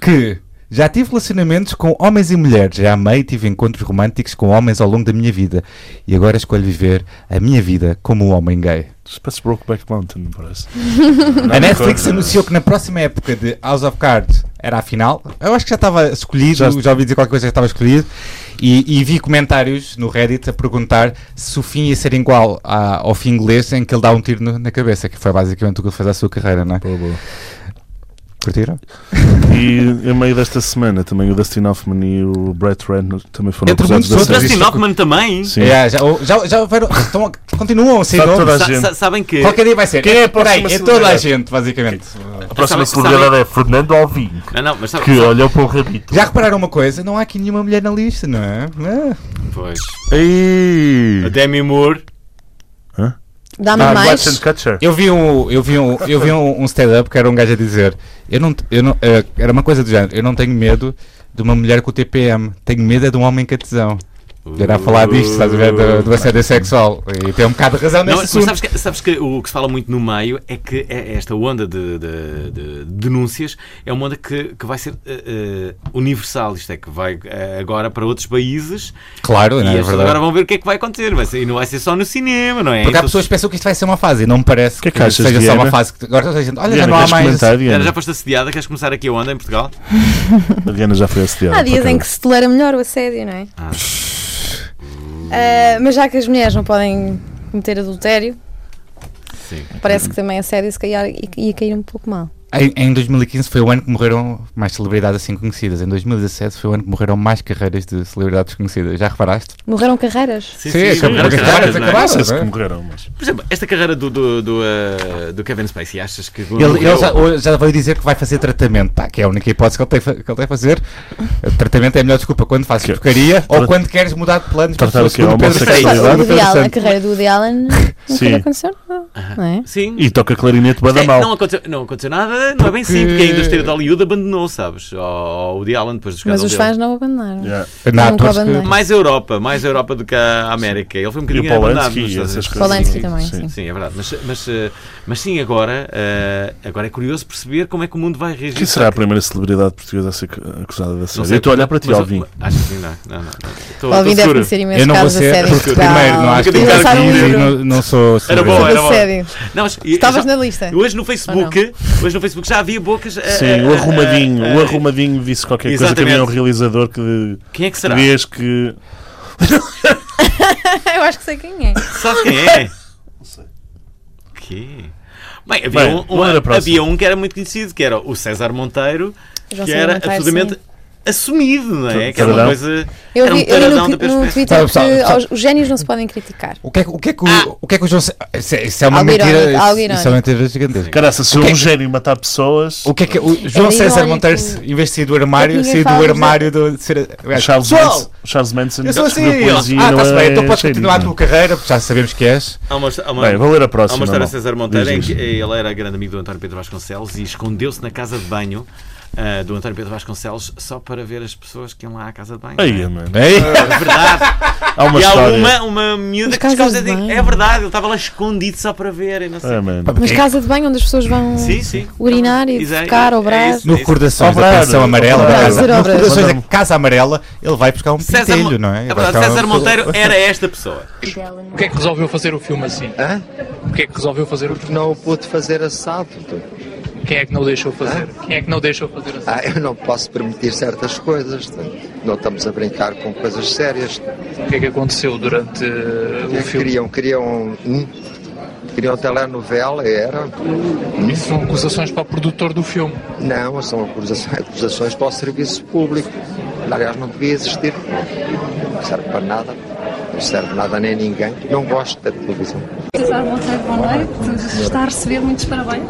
S2: que já tive relacionamentos com homens e mulheres, já amei e tive encontros românticos com homens ao longo da minha vida e agora escolho viver a minha vida como um homem gay.
S4: Parece Brokeback Mountain, não parece?
S2: A Netflix anunciou que na próxima época de House of Cards, era a final. Eu acho que já estava escolhido, já,
S4: Já-
S2: ouvi dizer qualquer coisa que já estava escolhido. E, e vi comentários no Reddit a perguntar se o fim ia ser igual à- ao fim inglês em que ele dá um tiro no- na cabeça, que foi basicamente o que ele fez à sua carreira, não é?
S4: Boa, boa.
S2: Curtiram?
S4: E a meio desta semana também o Dustin Hoffman e o Brett Renner também foram
S2: Entre
S4: acusados
S2: muitos
S1: O
S4: de
S2: outros,
S1: Dustin
S4: assédio.
S2: isto-
S1: Hoffman também.
S4: Sim.
S2: É, já, já, já houveram- estão a- continuam a ser
S4: Sabe
S2: nomes.
S4: toda a
S1: Sa-
S4: gente.
S1: sa- Sabem que.
S2: Qualquer dia vai ser.
S4: Quem é a
S2: Peraí,
S4: próxima
S2: é toda a
S4: celebridade?
S2: gente, basicamente.
S8: A próxima
S1: Sabem-
S8: celebridade é Fernando Alvim,
S1: Não, não, mas sabe,
S8: que olhou para o rabito.
S2: Já repararam uma coisa? Não há aqui nenhuma mulher na lista, não é? Ah.
S1: Pois.
S4: Ei!
S1: A Demi Moore.
S7: Dá-me
S4: Ah,
S7: mais.
S4: Ashton Kutcher.
S2: Eu vi um, eu vi um, eu vi um, um stand-up que era um gajo a dizer, eu não, eu não, eh, era uma coisa do género, eu não tenho medo de uma mulher com TPM, tenho medo é de um homem com tesão. Era a falar disto, estás a ver, do, do assédio sexual. E tem um bocado de razão
S1: Não,
S2: nesse
S1: mas
S2: assunto.
S1: sabes que, sabes que o que se fala muito no meio é que é- esta onda de, de- de denúncias é uma onda que, que vai ser eh, eh, universal. Isto é que vai eh, agora para outros países
S2: Claro,
S1: e
S2: não é
S1: as pessoas agora
S2: verdade.
S1: vão ver o que é que vai acontecer. Vai ser- e não vai ser só no cinema, não é?
S2: Porque há
S1: Então,
S2: pessoas que pensam que isto vai ser uma fase e não me parece
S4: Que é
S2: que,
S4: que achas,
S2: seja só
S4: Diana?
S2: uma fase. Que, agora toda a gente, olha, já
S4: Diana,
S2: não há
S4: queres
S2: mais.
S4: comentar,
S1: Diana, já
S4: Diana?
S1: foste assediada? Queres começar aqui a onda em Portugal?
S4: A Diana já foi assediada.
S7: Há dias
S4: por
S7: em que
S4: acaso.
S7: se tolera melhor o assédio, não é?
S1: Ah.
S7: Ah, mas já que as mulheres não podem cometer adultério,
S1: Sim.
S7: parece que também assédio se calhar i- ia cair um pouco mal.
S2: Em, em 2015 foi o ano que morreram mais celebridades assim conhecidas. Em 2017 foi o ano que morreram mais carreiras de celebridades conhecidas. Já reparaste?
S7: Morreram carreiras?
S1: Sim, sim,
S2: acabaram- acabaram-
S1: sim,
S4: Não
S2: acabaram,
S4: sei
S2: não
S4: se
S2: é?
S4: que morreram, mas.
S7: Hum.
S1: Por exemplo, esta carreira do, do, do, eh, do Kevin Spacey, achas que.
S2: Ele, ele
S1: é?
S2: já, hoje já veio dizer que vai fazer tratamento, pá, que é a única hipótese que ele tem, fa- que ele tem a fazer. Tratamento é a melhor desculpa quando fazes porcaria ou
S4: Tra-
S2: quando queres mudar de planos
S4: Tratar
S2: para
S4: o quê? A
S7: Pá,
S4: homossexualidade? Claro,
S7: o Woody Allen, a
S4: interessante.
S7: carreira do Woody Allen nunca
S4: Sim.
S7: lhe aconteceu nada, não é?
S1: Sim.
S4: E toca clarinete
S1: Isto é,
S4: bada mal.
S1: não, aconteceu, não aconteceu nada, não é bem assim,
S2: Porque-
S1: porque a indústria de Hollywood abandonou, sabes? O Woody Allen depois dos
S7: Mas
S1: casos
S7: os fãs é. não o abandonaram.
S4: Yeah.
S2: Não,
S7: Nunca
S2: atores que-
S7: abandonei.
S1: Mais Europa, mais Europa do que a América. Ele foi um
S4: E
S1: bocadinho
S4: o
S1: abandonado.
S4: Polanski e
S1: nos Estados
S4: essas
S1: Unidos.
S4: coisas.
S7: Polanski também, sim.
S1: Sim, é verdade. Mas, mas, eh, mas sim, agora, eh, agora é curioso perceber como é que o mundo vai reagir.
S4: Quem será a primeira celebridade portuguesa a ser acusada de
S1: Não
S4: assédio?
S1: sei,
S4: Eu estou a olhar para ti,
S1: mas-
S4: Alvin.
S1: Acho que sim, não. não, não, não. Estou-
S7: O Alvin
S1: estou
S7: deve
S1: seguro.
S7: conhecer
S2: Eu
S7: imensos
S2: não vou
S7: casos de
S2: ser,
S7: assédio em
S2: porque
S7: Portugal.
S2: primeiro não acho que
S1: Nunca
S2: eu
S1: lançaram um
S2: quis e
S7: livro.
S2: não, não sou.
S1: Era bom, era bom.
S7: Assédio.
S1: Não, mas, e-
S7: Estavas
S1: já-
S7: na lista.
S1: Hoje no Facebook, hoje no Facebook já havia bocas. eh,
S4: Sim,
S1: eh,
S4: o
S1: eh,
S4: arrumadinho.
S1: eh,
S4: O arrumadinho disse qualquer coisa que
S1: Exatamente.
S4: havia um realizador que
S1: Quem é que será?
S4: diz que.
S7: Eu acho que sei quem é.
S1: Sabes quem é? Não sei. Quê? Bem, havia,
S4: Bem,
S1: um,
S4: bora à
S1: um,
S4: próxima.
S1: havia um que era muito conhecido, que era o César Monteiro,
S7: João
S1: que
S7: César
S1: era
S7: Monteiro,
S1: absolutamente
S7: sim.
S1: assumido, não é? Que era uma
S4: Taradão.
S1: coisa.
S7: Eu
S1: era um
S7: vi, eu vi
S1: taradão da
S7: no, cri- no
S1: perspectiva.
S7: Twitter
S2: Sabe, sabe,
S7: que
S2: sabe.
S7: os- os génios não se podem criticar.
S2: O que é que o que é que o, o que é que o João. Se- Isso é, isso é uma
S7: Algo
S2: mentira.
S7: irónico, algo
S2: isso- isso é uma mentira gigantesca.
S4: Caraca, se
S2: que é
S4: um
S2: que-
S4: gênio matar pessoas.
S2: O que é que o João
S7: Era
S2: César
S7: irónico.
S2: Monteiro, se- em vez de sair do
S7: É que
S2: armário,
S7: ninguém
S2: saiu do
S7: fala,
S2: armário do, de ser.
S4: O Charles,
S2: Pessoal,
S4: Manson, o Charles Manson
S2: Eu sou assim.
S4: escreveu poesia,
S2: Ah,
S4: não
S2: está-se bem,
S4: é
S2: então podes
S4: cheirinho.
S2: continuar a tua carreira, porque já sabemos que és.
S1: Há uma, há uma-
S4: Bem, vou ler a
S1: Há
S4: próxima.
S1: uma história de
S4: mal.
S1: César Monteiro em
S4: Diz
S1: que
S4: isto.
S1: ele era grande amigo do António Pedro Vasconcelos e escondeu-se na casa de banho ah, do António Pedro Vasconcelos só para ver as pessoas que iam lá à casa de banho. não é?
S4: Aí, mano.
S2: Ei.
S1: É verdade.
S4: Há uma
S1: e há
S4: história.
S1: uma, uma miúda
S7: As
S1: que chegou a
S7: casas de
S1: dizer,
S7: banho.
S1: É verdade, ele estava lá escondido só para ver. e Não sei.
S4: Ah, mano.
S7: Mas casa de banho onde as pessoas vão
S1: Sim, sim.
S7: urinar e
S1: Exato,
S7: ficar,
S1: é
S7: obrar.
S1: isso.
S2: No recordações da
S4: Obrar,
S2: pensão amarela,
S4: obrar.
S2: da casa,
S7: Fazer
S2: no
S7: obras.
S2: recordações da
S4: Mandar-me.
S2: casa amarela, ele vai buscar um
S1: César, Mo-
S2: pintelho, não é?
S1: é verdade, César Monteiro era esta pessoa.
S10: O que é que resolveu fazer o filme assim? Hã? O que é que resolveu fazer o filme?
S11: Não o pude fazer assado.
S10: Quem é que não o deixou fazer? Quem é que não o deixou fazer assim?
S11: Ah, eu não posso permitir certas coisas. Não estamos a brincar com coisas sérias. um,
S10: O que é que aconteceu durante eh, o filme?
S11: Queriam, queriam, hum, queriam um telenovela, era.
S10: Isso são acusações para o produtor do filme.
S11: Não, são acusações, acusações para o serviço público. Aliás, não devia existir. Não serve para nada. Não serve nada nem ninguém. Não gosto da televisão.
S12: César Monteiro, boa noite. Está a receber muitos parabéns.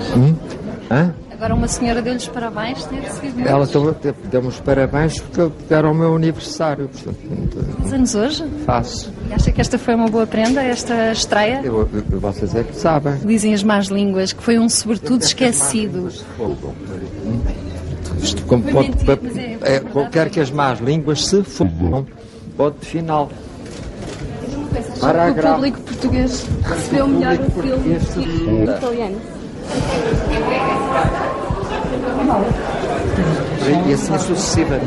S11: Hã?
S12: Agora uma senhora deu-lhes parabéns, tem recebido muitos.
S11: Ela deu-me parabéns porque deram o meu aniversário. Portanto,
S12: Faz anos hoje.
S11: faço.
S12: E acha que esta foi uma boa prenda, esta estreia?
S11: Eu, vocês é que sabem.
S12: Dizem as más línguas que foi um sobretudo esquecido.
S11: Isto como pode,
S12: mentira, mas é-
S11: é, qualquer que as más línguas se fumam, ponto final.
S12: Acha que o
S11: Parágrafo.
S12: público português recebeu melhor o filme que o italiano.
S11: E assim sucessivamente.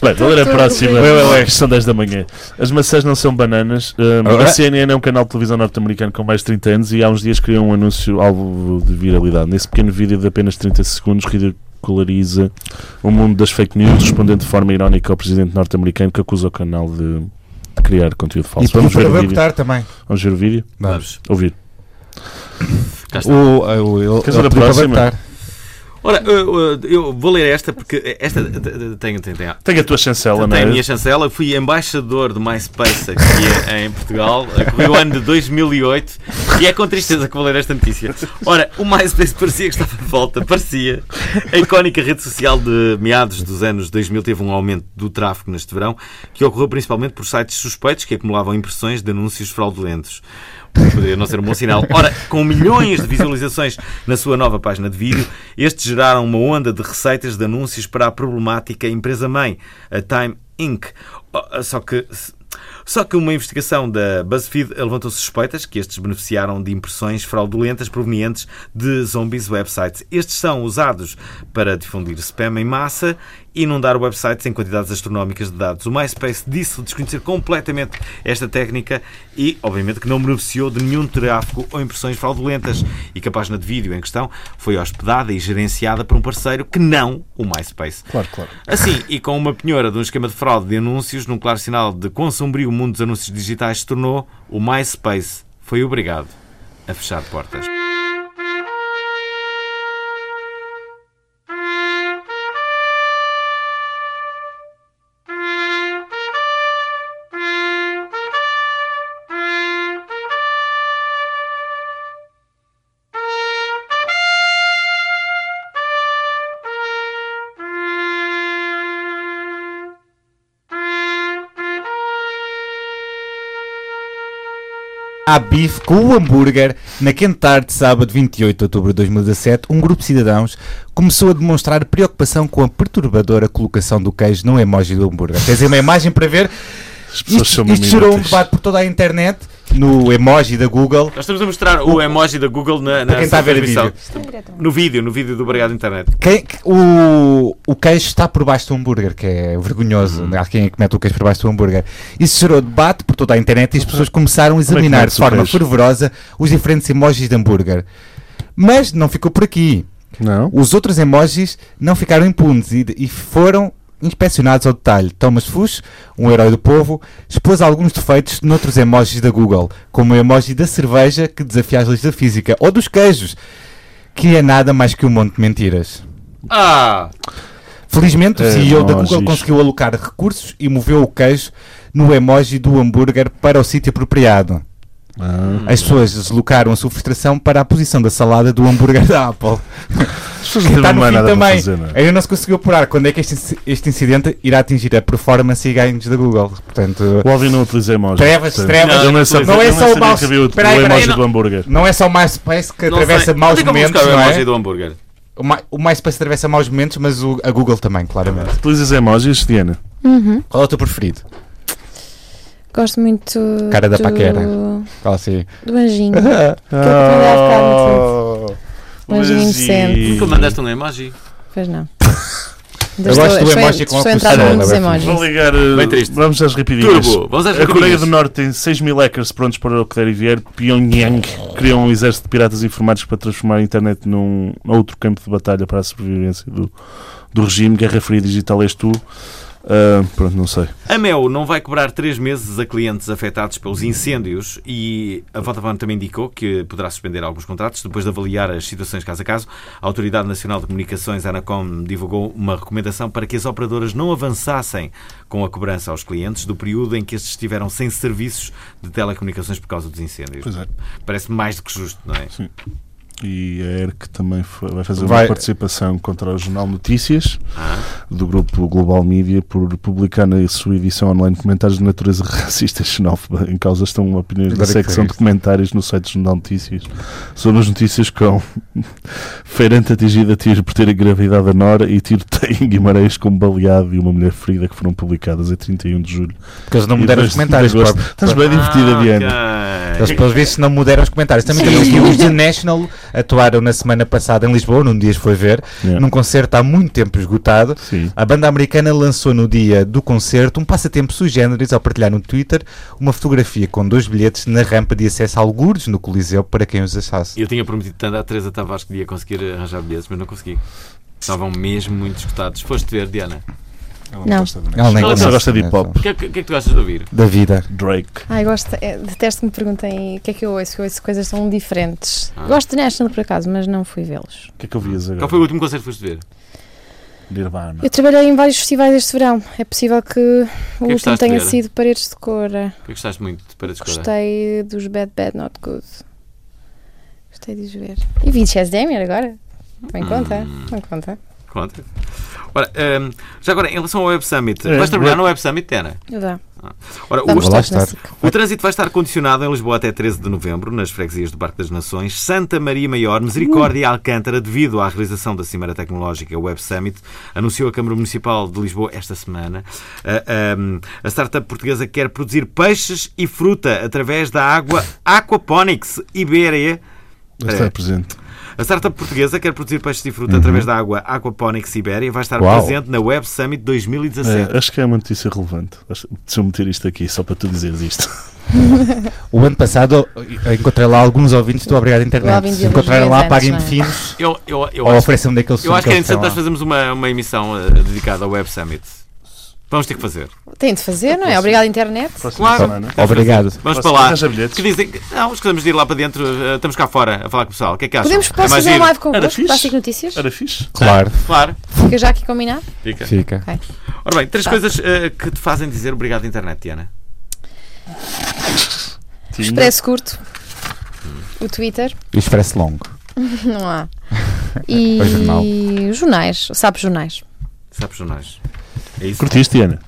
S4: Bem, Bem, vou ler a
S12: Estou
S4: próxima.
S12: orgulhosa.
S4: Ué, ué, ué, São 10 da manhã. As maçãs não são bananas. Um,
S2: Ora.
S4: a CNN é um canal de televisão norte-americano com mais de 30 anos e há uns dias criou um anúncio alvo de viralidade. Nesse pequeno vídeo de apenas 30 segundos, ridiculariza o mundo das fake news, respondendo de forma irónica ao presidente norte-americano que acusa o canal de criar conteúdo falso.
S2: E para boicotar também.
S4: Vamos ver o vídeo?
S2: Vamos.
S4: Ouvir.
S1: Cá está.
S2: O, o, ele-
S4: Queres ver a
S2: ele pediu para
S4: próxima?
S2: boicotar.
S1: Ora, eu, eu vou ler esta porque esta tem, tem, tem,
S4: Tem a tua chancela, não
S1: Tem
S4: é?
S1: a minha chancela. Fui embaixador do MySpace aqui em Portugal. Correu o ano de 2008 e é com tristeza que vou ler esta notícia. Ora, o MySpace parecia que estava de volta, parecia. A icónica rede social de meados dos anos 2000 teve um aumento do tráfego neste verão, que ocorreu principalmente por sites suspeitos que acumulavam impressões de anúncios fraudulentos. Poderia não ser um bom sinal. Ora, com milhões de visualizações na sua nova página de vídeo, estes geraram uma onda de receitas de anúncios para a problemática empresa-mãe, a Time Inc. Oh, Só que. Só que uma investigação da BuzzFeed levantou suspeitas que estes beneficiaram de impressões fraudulentas provenientes de zombies websites. Estes são usados para difundir spam em massa e inundar websites em quantidades astronómicas de dados. O MySpace disse desconhecer completamente esta técnica e, obviamente, que não beneficiou de nenhum tráfego ou impressões fraudulentas e que a página de vídeo em questão foi hospedada e gerenciada por um parceiro que não o MySpace.
S4: Claro, claro.
S1: Assim, e com uma penhora de um esquema de fraude de anúncios, num claro sinal de quão sombrio o mundo dos anúncios digitais se tornou, o MySpace foi obrigado a fechar portas.
S2: Há bife com o hambúrguer. Na quente tarde, sábado 28 de outubro de 2017, um grupo de cidadãos começou a demonstrar preocupação com a perturbadora colocação do queijo no emoji do hambúrguer. Tens aí uma imagem para ver?
S4: pessoas
S2: Isto,
S4: são
S2: isto gerou um
S4: inúteis.
S2: debate por toda a internet, no emoji da Google.
S1: Nós estamos a mostrar o emoji da Google na, na
S2: Para quem está a ver o
S1: transmissão.
S2: vídeo.
S1: No vídeo, no vídeo do Obrigado Internet.
S2: Quem- que- o, o queijo está por baixo do hambúrguer, que é vergonhoso.
S4: Uhum.
S2: Há quem é que mete o queijo por baixo do hambúrguer. Isso gerou debate por toda a internet e as pessoas começaram a
S4: é que
S2: examinar de
S4: mete-se o
S2: forma
S4: queijo?
S2: fervorosa os diferentes emojis de hambúrguer. Mas não ficou por aqui.
S4: Não.
S2: Os outros emojis não ficaram impunes e, e foram inspecionados ao detalhe. Thomas Fuchs, um herói do povo, expôs alguns defeitos noutros emojis da Google, como o emoji da cerveja que desafia as leis da física, ou dos queijos, que é nada mais que um monte de mentiras.
S1: Ah!
S2: Felizmente, o CEO da
S4: É, Emojis.
S2: Google conseguiu alocar recursos e moveu o queijo no emoji do hambúrguer para o sítio apropriado.
S4: Ah.
S2: As pessoas deslocaram a sua frustração para a posição da salada do hambúrguer da Apple.
S4: pessoas
S2: Que
S4: não
S2: está
S4: têm
S2: no
S4: mais
S2: fim
S4: nada para
S2: também.
S4: fazer, não é?
S2: Ainda não se conseguiu apurar quando é que este, inci- este incidente irá atingir a performance e ganhos da Google. Portanto,
S4: O Alvin não utiliza emojis.
S2: Trevas,
S4: portanto.
S2: trevas.
S4: Ele não, é só,
S2: Não é só o mouse.
S4: Havia o,
S2: Peraí,
S4: o
S2: peraí,
S4: emoji
S2: não-
S4: do hambúrguer.
S2: não é só o MySpace que atravessa
S1: não
S2: maus
S1: tem como
S2: momentos,
S1: buscar
S2: não
S1: o emoji
S2: é?
S1: do hambúrguer.
S2: O, Ma- o MySpace atravessa maus momentos, mas o- a Google também, claramente.
S4: Utilizas emojis, Diana?
S7: Uhum.
S2: Qual é o teu preferido?
S7: Gosto muito.
S2: Cara da
S7: do...
S2: paquera. Qual assim?
S7: Do anjinho. que é o
S4: Ah,
S7: que eu também acho que há muito tempo.
S2: Oh.
S7: Um anjinho inocente.
S1: Nunca mandaste um emoji.
S7: Pois não.
S2: Eu gosto do emoji com
S7: Estou a
S2: óculos
S7: entrar no mundo dos
S2: de sol,
S4: Vamos
S7: emojis.
S4: ligar. eh,
S1: Bem triste.
S4: Vamos às rapidinhas.
S1: Turbo, vamos às
S4: a Coreia
S1: rapidinhas.
S4: do Norte tem 6 mil hackers prontos para o que der e vier. Pyongyang criou um exército de piratas informáticos para transformar a internet num outro campo de batalha para a sobrevivência do, do regime. Guerra Fria Digital és tu. Ah, pronto, não sei.
S1: A Mel não vai cobrar três meses a clientes afetados pelos incêndios e a Vodafone também indicou que poderá suspender alguns contratos depois de avaliar as situações caso a caso. A Autoridade Nacional de Comunicações, a Anacom, divulgou uma recomendação para que as operadoras não avançassem com a cobrança aos clientes do período em que estes estiveram sem serviços de telecomunicações por causa dos incêndios.
S4: Pois é.
S1: Parece mais do que justo, não é?
S4: Sim. E a ERC também foi- vai fazer
S2: Vai-
S4: uma participação contra o Jornal Notícias
S1: Ah.
S4: do grupo Global Media por publicar na sua edição online comentários de natureza racista e xenófoba. Em causa estão opiniões da
S2: Agora é que
S4: secção
S2: foi
S4: de comentários no site do Jornal Notícias sobre as notícias com feirante atingida a tiro por ter engravidado a Nora e tiroteio em Guimarães com um baleado e uma mulher ferida que foram publicadas a 31 de julho.
S2: Porque eles não
S4: E
S2: mudaram
S4: dois
S2: os
S4: de
S2: comentários.
S4: agosto.
S2: pá.
S4: Estás bem É divertida, Diana.
S1: Ah, ok.
S2: Eles, pelos vistos, não mudaram os comentários. Também temos aqui os The National atuaram na semana passada em Lisboa, num dia foi ver,
S4: Yeah.
S2: num concerto há muito tempo esgotado. A banda americana lançou no dia do concerto um passatempo sui generis ao partilhar no Twitter uma fotografia com dois bilhetes na rampa de acesso a algures no Coliseu para quem os achasse.
S1: Eu tinha prometido tanto à Teresa Tavares que ia conseguir arranjar bilhetes, mas não consegui. Estavam mesmo muito escutados. Foste ver, Diana?
S7: Ela não Não. gosta de Ela
S4: nem Ela gosta gosta de de hip-hop.
S1: O que, é- o que é que tu gostas de ouvir?
S2: Da vida.
S4: Drake.
S7: Ai, gosto, é, detesto que me perguntem o que é que eu ouço, que eu ouço coisas tão diferentes.
S1: Ah.
S7: Gosto de National por acaso, mas não fui vê-los.
S4: O que é que eu vias agora?
S1: Qual foi o último concerto que foste ver?
S4: Nirvana.
S7: Eu trabalhei em vários festivais este verão. É possível que o
S1: que
S7: último
S1: gostaste,
S7: tenha
S1: Vera?
S7: sido Paredes de Cor.
S1: O que é que gostaste muito de Paredes de Cor?
S7: Gostei dos Bad Bad Not Good. Gostei de os ver. E vi Chess Damier agora. Não conta, não conta.
S1: Conta. Ora, hum, já agora, em relação ao Web Summit,
S7: É,
S1: vais trabalhar
S7: vai-
S1: no Web Summit, Tena?
S7: Eu dá.
S1: Ora,
S7: Vamos
S1: o,
S7: lá estar.
S1: o trânsito vai estar condicionado em Lisboa até 13 de novembro, nas freguesias do Parque das Nações, Santa Maria Maior, Misericórdia e
S7: Uhum.
S1: Alcântara, devido à realização da Cimeira Tecnológica Web Summit, anunciou a Câmara Municipal de Lisboa esta semana. A, hum, a startup portuguesa quer produzir peixes e fruta através da água Aquaponics Ibéria.
S4: Ele está presente.
S1: A startup portuguesa quer produzir peixes e
S2: Uhum.
S1: fruta através da água Aquaponics Ibéria e vai estar
S4: Uau.
S1: presente na Web Summit 2017.
S4: É, acho que é uma notícia relevante. Acho- Deixa eu meter isto aqui, só para tu dizeres isto.
S2: O ano passado eu encontrei lá alguns ouvintes do Obrigado
S1: Lá
S2: Internet.
S1: ouvintes
S2: Se encontraram
S1: dos
S2: lá,
S1: antes,
S2: paguem
S1: não
S2: de
S1: é?
S2: finos
S1: Eu, eu, eu
S2: ou
S1: acho-
S2: oferecem-me daquele
S1: Eu acho que é interessante nós
S2: eles têm lá.
S1: fazermos uma, uma emissão eh, dedicada ao Web Summit. Vamos ter que fazer.
S7: Tem de fazer, não é? Obrigado, internet.
S1: Temos que
S2: Obrigado.
S1: fazer. Vamos
S2: né? Posso
S1: para lá.
S2: arranjar
S1: Que dizem que- não, escusamos de ir lá para dentro, eh, estamos cá fora a falar com o pessoal. O que é que acham?
S7: Podemos,
S1: É
S7: posso
S1: mais
S7: fazer
S1: giro.
S7: um live convosco?
S1: fixe?
S7: Plástico Notícias?
S4: Era fixe?
S2: Claro.
S1: Claro.
S7: Fica já aqui combinado?
S1: Fica.
S2: Fica.
S7: Ok.
S1: Ora bem, três
S7: Tá.
S1: coisas eh, que te fazem dizer obrigado internet, Diana.
S7: Expresso curto. O Twitter.
S2: E Expresso longo.
S7: Não há. E
S2: O jornal.
S7: jornais. Sabe jornais.
S1: Sabes jornais. É isso?
S4: Curtiste, Ana?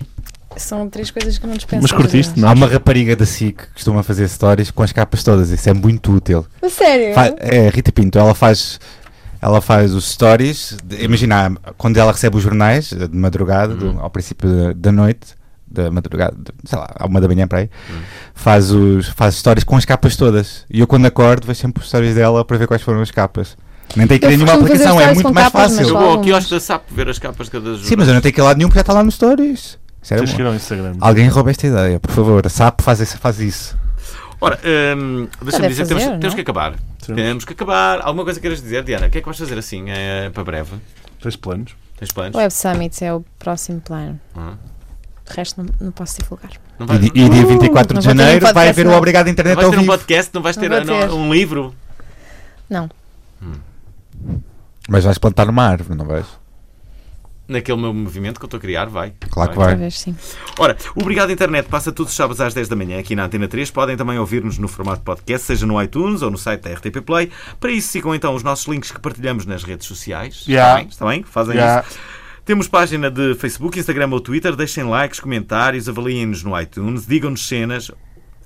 S7: São três coisas que não dispenso.
S2: Há uma rapariga da SIC que costuma fazer stories com as capas todas. Isso é muito útil.
S7: A sério?
S2: Fa- é, Rita Pinto, ela faz. Ela faz os stories, de- imagina, quando ela recebe os jornais eh, de madrugada, do- ao princípio da- da noite, da madrugada, de- sei lá, à uma da manhã para aí, faz, os, faz stories com as capas todas. E eu quando acordo vejo sempre os stories dela para ver quais foram as capas. Nem tem que
S1: Eu
S2: ter nenhuma
S1: costumo fazer
S2: aplicação, é
S1: stories
S2: muito
S1: com
S2: mais
S1: capas, mas
S2: fácil.
S1: Eu vou ao quiosque da SAP ver as capas de cada jornal.
S2: Sim, mas eu não tenho que ir lá nenhum porque já está lá nos stories. Isso era
S1: Tens
S2: bom.
S1: que ir ao Instagram.
S2: Alguém rouba esta ideia, por favor. SAP faz isso. Faz isso.
S1: Ora, hum,
S2: Deve
S1: deixa-me dizer, temos,
S2: fazer,
S1: temos
S2: não?
S1: que acabar. Temos que acabar. Alguma coisa queiras dizer, Diana? O que é que vais fazer assim eh, para breve?
S4: Tens planos?
S1: Tens planos?
S7: O Web Summit é o próximo plano.
S1: Hum.
S7: De resto, não, não posso divulgar.
S1: Não
S2: E, di- e dia 24 de janeiro vai haver o Obrigado Internet
S1: Não vais
S2: ao
S1: ter um
S2: é vivo.
S1: podcast, não vais
S7: Não
S1: ter,
S7: vou
S1: não,
S7: ter.
S1: um livro.
S2: Mas vais plantar uma árvore, não vais?
S1: Naquele meu movimento que eu estou a criar, vai.
S2: Claro que vai.
S7: Talvez sim.
S1: Ora, obrigado internet. Passa todos os sábados às 10 da manhã aqui na Antena 3. Podem também ouvir-nos no formato podcast, seja no iTunes ou no site da RTP Play. Para isso, sigam então os nossos links que partilhamos nas redes sociais.
S4: Yeah.
S1: Está bem? Está bem? Fazem
S4: Yeah.
S1: isso. Temos página de Facebook, Instagram ou Twitter. Deixem likes, comentários, avaliem-nos no iTunes, digam-nos cenas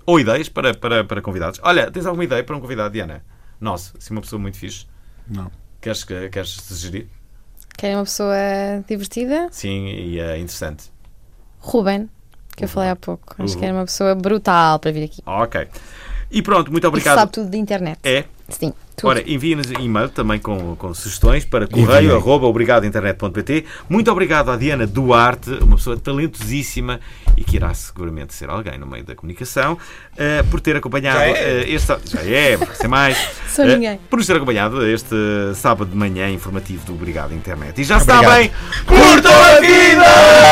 S1: ou ideias para, para, para convidados. Olha, tens alguma ideia para um convidado, Diana? Nossa, se uma pessoa muito fixe.
S4: Não.
S1: Queres, que- queres sugerir?
S7: Querem uma pessoa divertida?
S1: Sim, e é interessante.
S7: Ruben, que eu falei há pouco. Acho
S1: Uhum.
S7: que era uma pessoa brutal para vir aqui.
S1: Ok. E pronto, muito
S7: E que
S1: obrigado.
S7: sabe tudo de internet.
S1: É?
S7: Sim, tudo.
S1: Ora, enviem-nos e-mail também com, com sugestões para
S2: Enviem.
S1: correio arroba obrigadointernet.pt. Muito obrigado à Diana Duarte, uma pessoa talentosíssima e que irá seguramente ser alguém no meio da comunicação, eh, por ter acompanhado
S2: Já é.
S1: eh, este. Já é, vai ser mais.
S2: Sou
S1: Eh,
S2: ninguém.
S1: por nos ter acompanhado este sábado de manhã informativo do Obrigado Internet. E já
S2: Obrigado.
S1: sabem, curtam a vida!